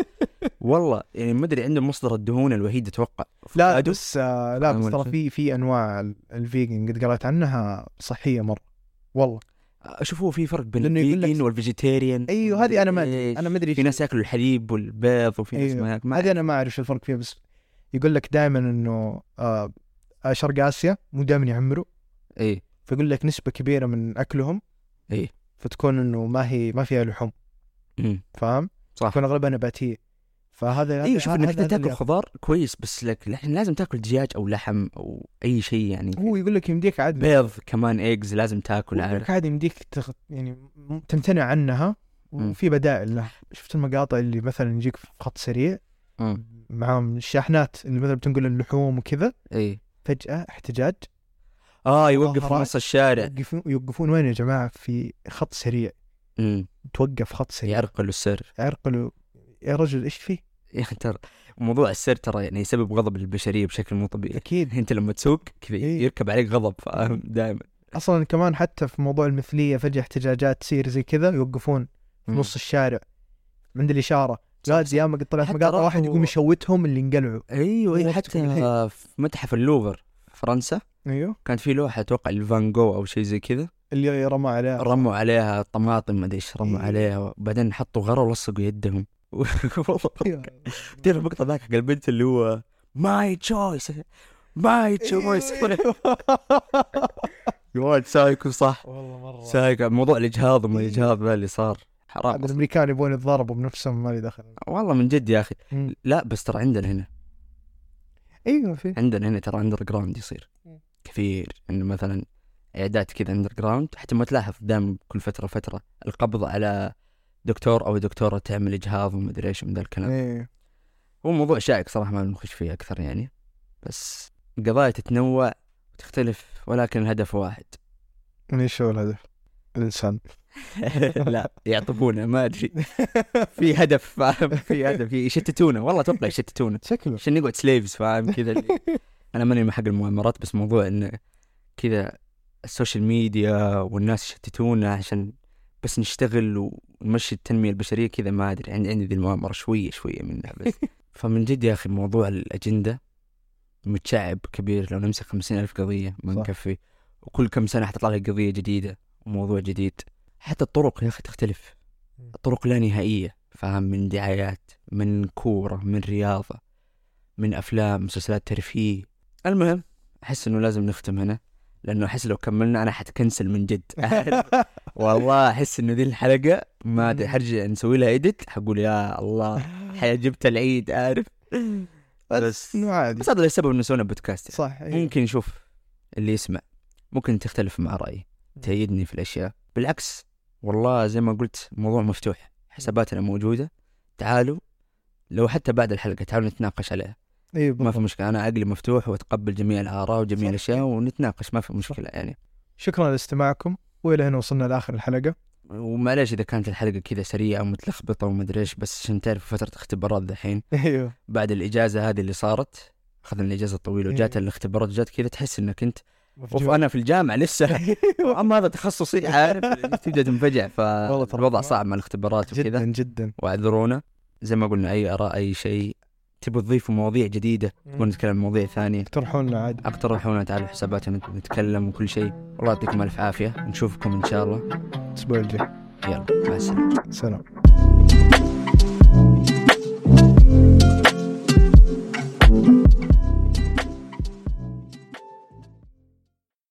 والله يعني ما ادري عندهم مصدر الدهون الوحيد اتوقع
لا
أفوكادو.
بس آه لا بس
أول
ترى
شيء.
في في انواع ال- الفيجن قد قرأت عنها صحيه مره والله
اشوف هو في فرق بين
لأنه يقول لك-
الفيجن والفيجيتيريان
ايوه هذه انا ما ادري
إيش.
انا ما ادري
في ناس ياكلوا الحليب والبيض وفي ناس
أيوه.
ما ياكل- ما
هذه انا ما اعرف شو الفرق فيها بس يقول لك دائما انه آه آه، شرق اسيا مو دائما يعمروا
اي
فيقول لك نسبه كبيره من اكلهم
إيه.
فتكون انه ما هي ما فيها لحوم
أمم.
فاهم؟
صح
تكون اغلبها نباتيه فهذا
ايوه شوف
هذا-
انك
هذا- هذا
تاكل
اللي-
خضار كويس بس لك لكن لازم تاكل دجاج او لحم او اي شيء يعني
هو يقول لك يمديك عاد
بيض كمان ايجز لازم تاكل
يقول
عارف
لك عاد يمديك تخ... يعني م- تمتنع عنها
مم.
وفي بدائل لها شفت المقاطع اللي مثلا يجيك في خط سريع
أمم.
معاهم الشاحنات اللي مثلا بتنقل اللحوم وكذا
اي
فجأة احتجاج
اه إيه. يوقف في
مظاهرات.
نص الشارع
يوقفون يوقفون وين يا جماعة في خط سريع
أمم.
توقف خط سريع
يعرقل السر
عرقلوا يا رجل ايش فيه؟
يا اخي يعني ترى موضوع السر ترى يعني يسبب غضب البشريه بشكل مو طبيعي
اكيد
انت لما تسوق كذا
إيه.
يركب عليك غضب فاهم دائما
اصلا كمان حتى في موضوع المثلية فجأة احتجاجات تصير زي كذا يوقفون في نص الشارع عند الإشارة جاز ياما قد طلعت
حتى
مقاطع واحد
راحوا-
يقوم يشوتهم اللي انقلعوا
ايوه ايوه
وقت
حتى
كل شيء.
في متحف اللوفر فرنسا
ايوه
كان في لوحه اتوقع لفان جو او شيء زي كذا
اللي رمى عليه
رموا عليها طماطم ما ادري ايش رموا
إيه.
عليها وبعدين حطوا غرة ولصقوا يدهم *laughs* والله
أيوه.
تعرف المقطع ذاك حق البنت اللي هو ماي تشويس
إيه.
ماي تشويس *laughs* يا ولد سايكو صح
والله مره
سايكو موضوع الاجهاض وما
إيه.
الاجهاض ذا اللي صار حرام
هذا الامريكان يبون يتضاربوا بنفسهم ما لي دخل
والله من جد يا اخي
مم.
لا بس ترى عندنا هنا
ايوه في
عندنا هنا ترى اندر جراوند يصير
مم.
كثير انه مثلا عيادات كذا اندر جراوند حتى ما تلاحظ دائما كل فتره فتره القبض على دكتور او دكتوره تعمل اجهاض ومدري ايش من ذا الكلام
ايه
هو موضوع شائك صراحه ما بنخش فيه اكثر يعني بس القضايا تتنوع وتختلف ولكن الهدف واحد *laughs*
ايش هو الهدف؟ الانسان
لا يعطبونا ما ادري في هدف فاهم في هدف يشتتونا والله اتوقع يشتتونا
*laughs* شكله
عشان نقعد سليفز فاهم كذا اللي- انا ماني مع حق المؤامرات بس موضوع انه كذا السوشيال ميديا والناس يشتتونا عشان بس نشتغل ونمشي التنميه البشريه كذا ما ادري عندي عندي ذي المؤامره شويه شويه منها بس
*laughs*
فمن جد يا اخي موضوع الاجنده متشعب كبير لو نمسك خمسين ألف قضية ما
صح.
نكفي وكل كم سنة حتطلع لك قضية جديدة وموضوع جديد حتى الطرق يا أخي تختلف
مم.
الطرق لا نهائية فاهم من دعايات من كورة من رياضة من أفلام مسلسلات ترفيه المهم أحس إنه لازم نختم هنا لأنه أحس لو كملنا أنا حتكنسل من
*laughs*
جد والله أحس إنه ذي الحلقة ما أدري
مم.
حرجع نسوي لها إيديت حقول يا الله حياة جبت العيد عارف بس-
بس نعم. انه عادي
بس هذا السبب انه سوينا بودكاست يعني.
صح إيه.
ممكن نشوف اللي يسمع ممكن تختلف مع رايي تأيدني في الاشياء بالعكس والله زي ما قلت موضوع مفتوح حساباتنا موجوده تعالوا لو حتى بعد الحلقه تعالوا نتناقش عليها
ايه
ما
بالضبط.
في مشكله انا عقلي مفتوح واتقبل جميع الاراء وجميع
صح.
الاشياء ونتناقش ما في مشكله يعني
شكرا لاستماعكم والى هنا وصلنا لاخر الحلقه
ومعليش اذا كانت الحلقه كذا سريعه ومتلخبطه ومدري ايش بس عشان تعرف فتره اختبارات دحين
*laughs* ايوه
بعد الاجازه هذه اللي صارت اخذنا الاجازه الطويله وجات
إيه.
الاختبارات جات كذا تحس انك انت اوف انا في الجامعه
*laughs*
لسه اما هذا تخصصي عارف تبدا تنفجع
والله ترى
فالوضع
ما-
صعب مع الاختبارات وكذا
جدا جدا
واعذرونا زي ما قلنا اي اراء اي شيء تبوا تضيفوا مواضيع جديده تبون نتكلم عن مواضيع ثانيه
اقترحونا عادي
اقترحونا تعالوا حساباتنا نتكلم وكل شيء والله يعطيكم الف عافيه نشوفكم ان شاء الله
الاسبوع الجاي
يلا مع السلامه
سلام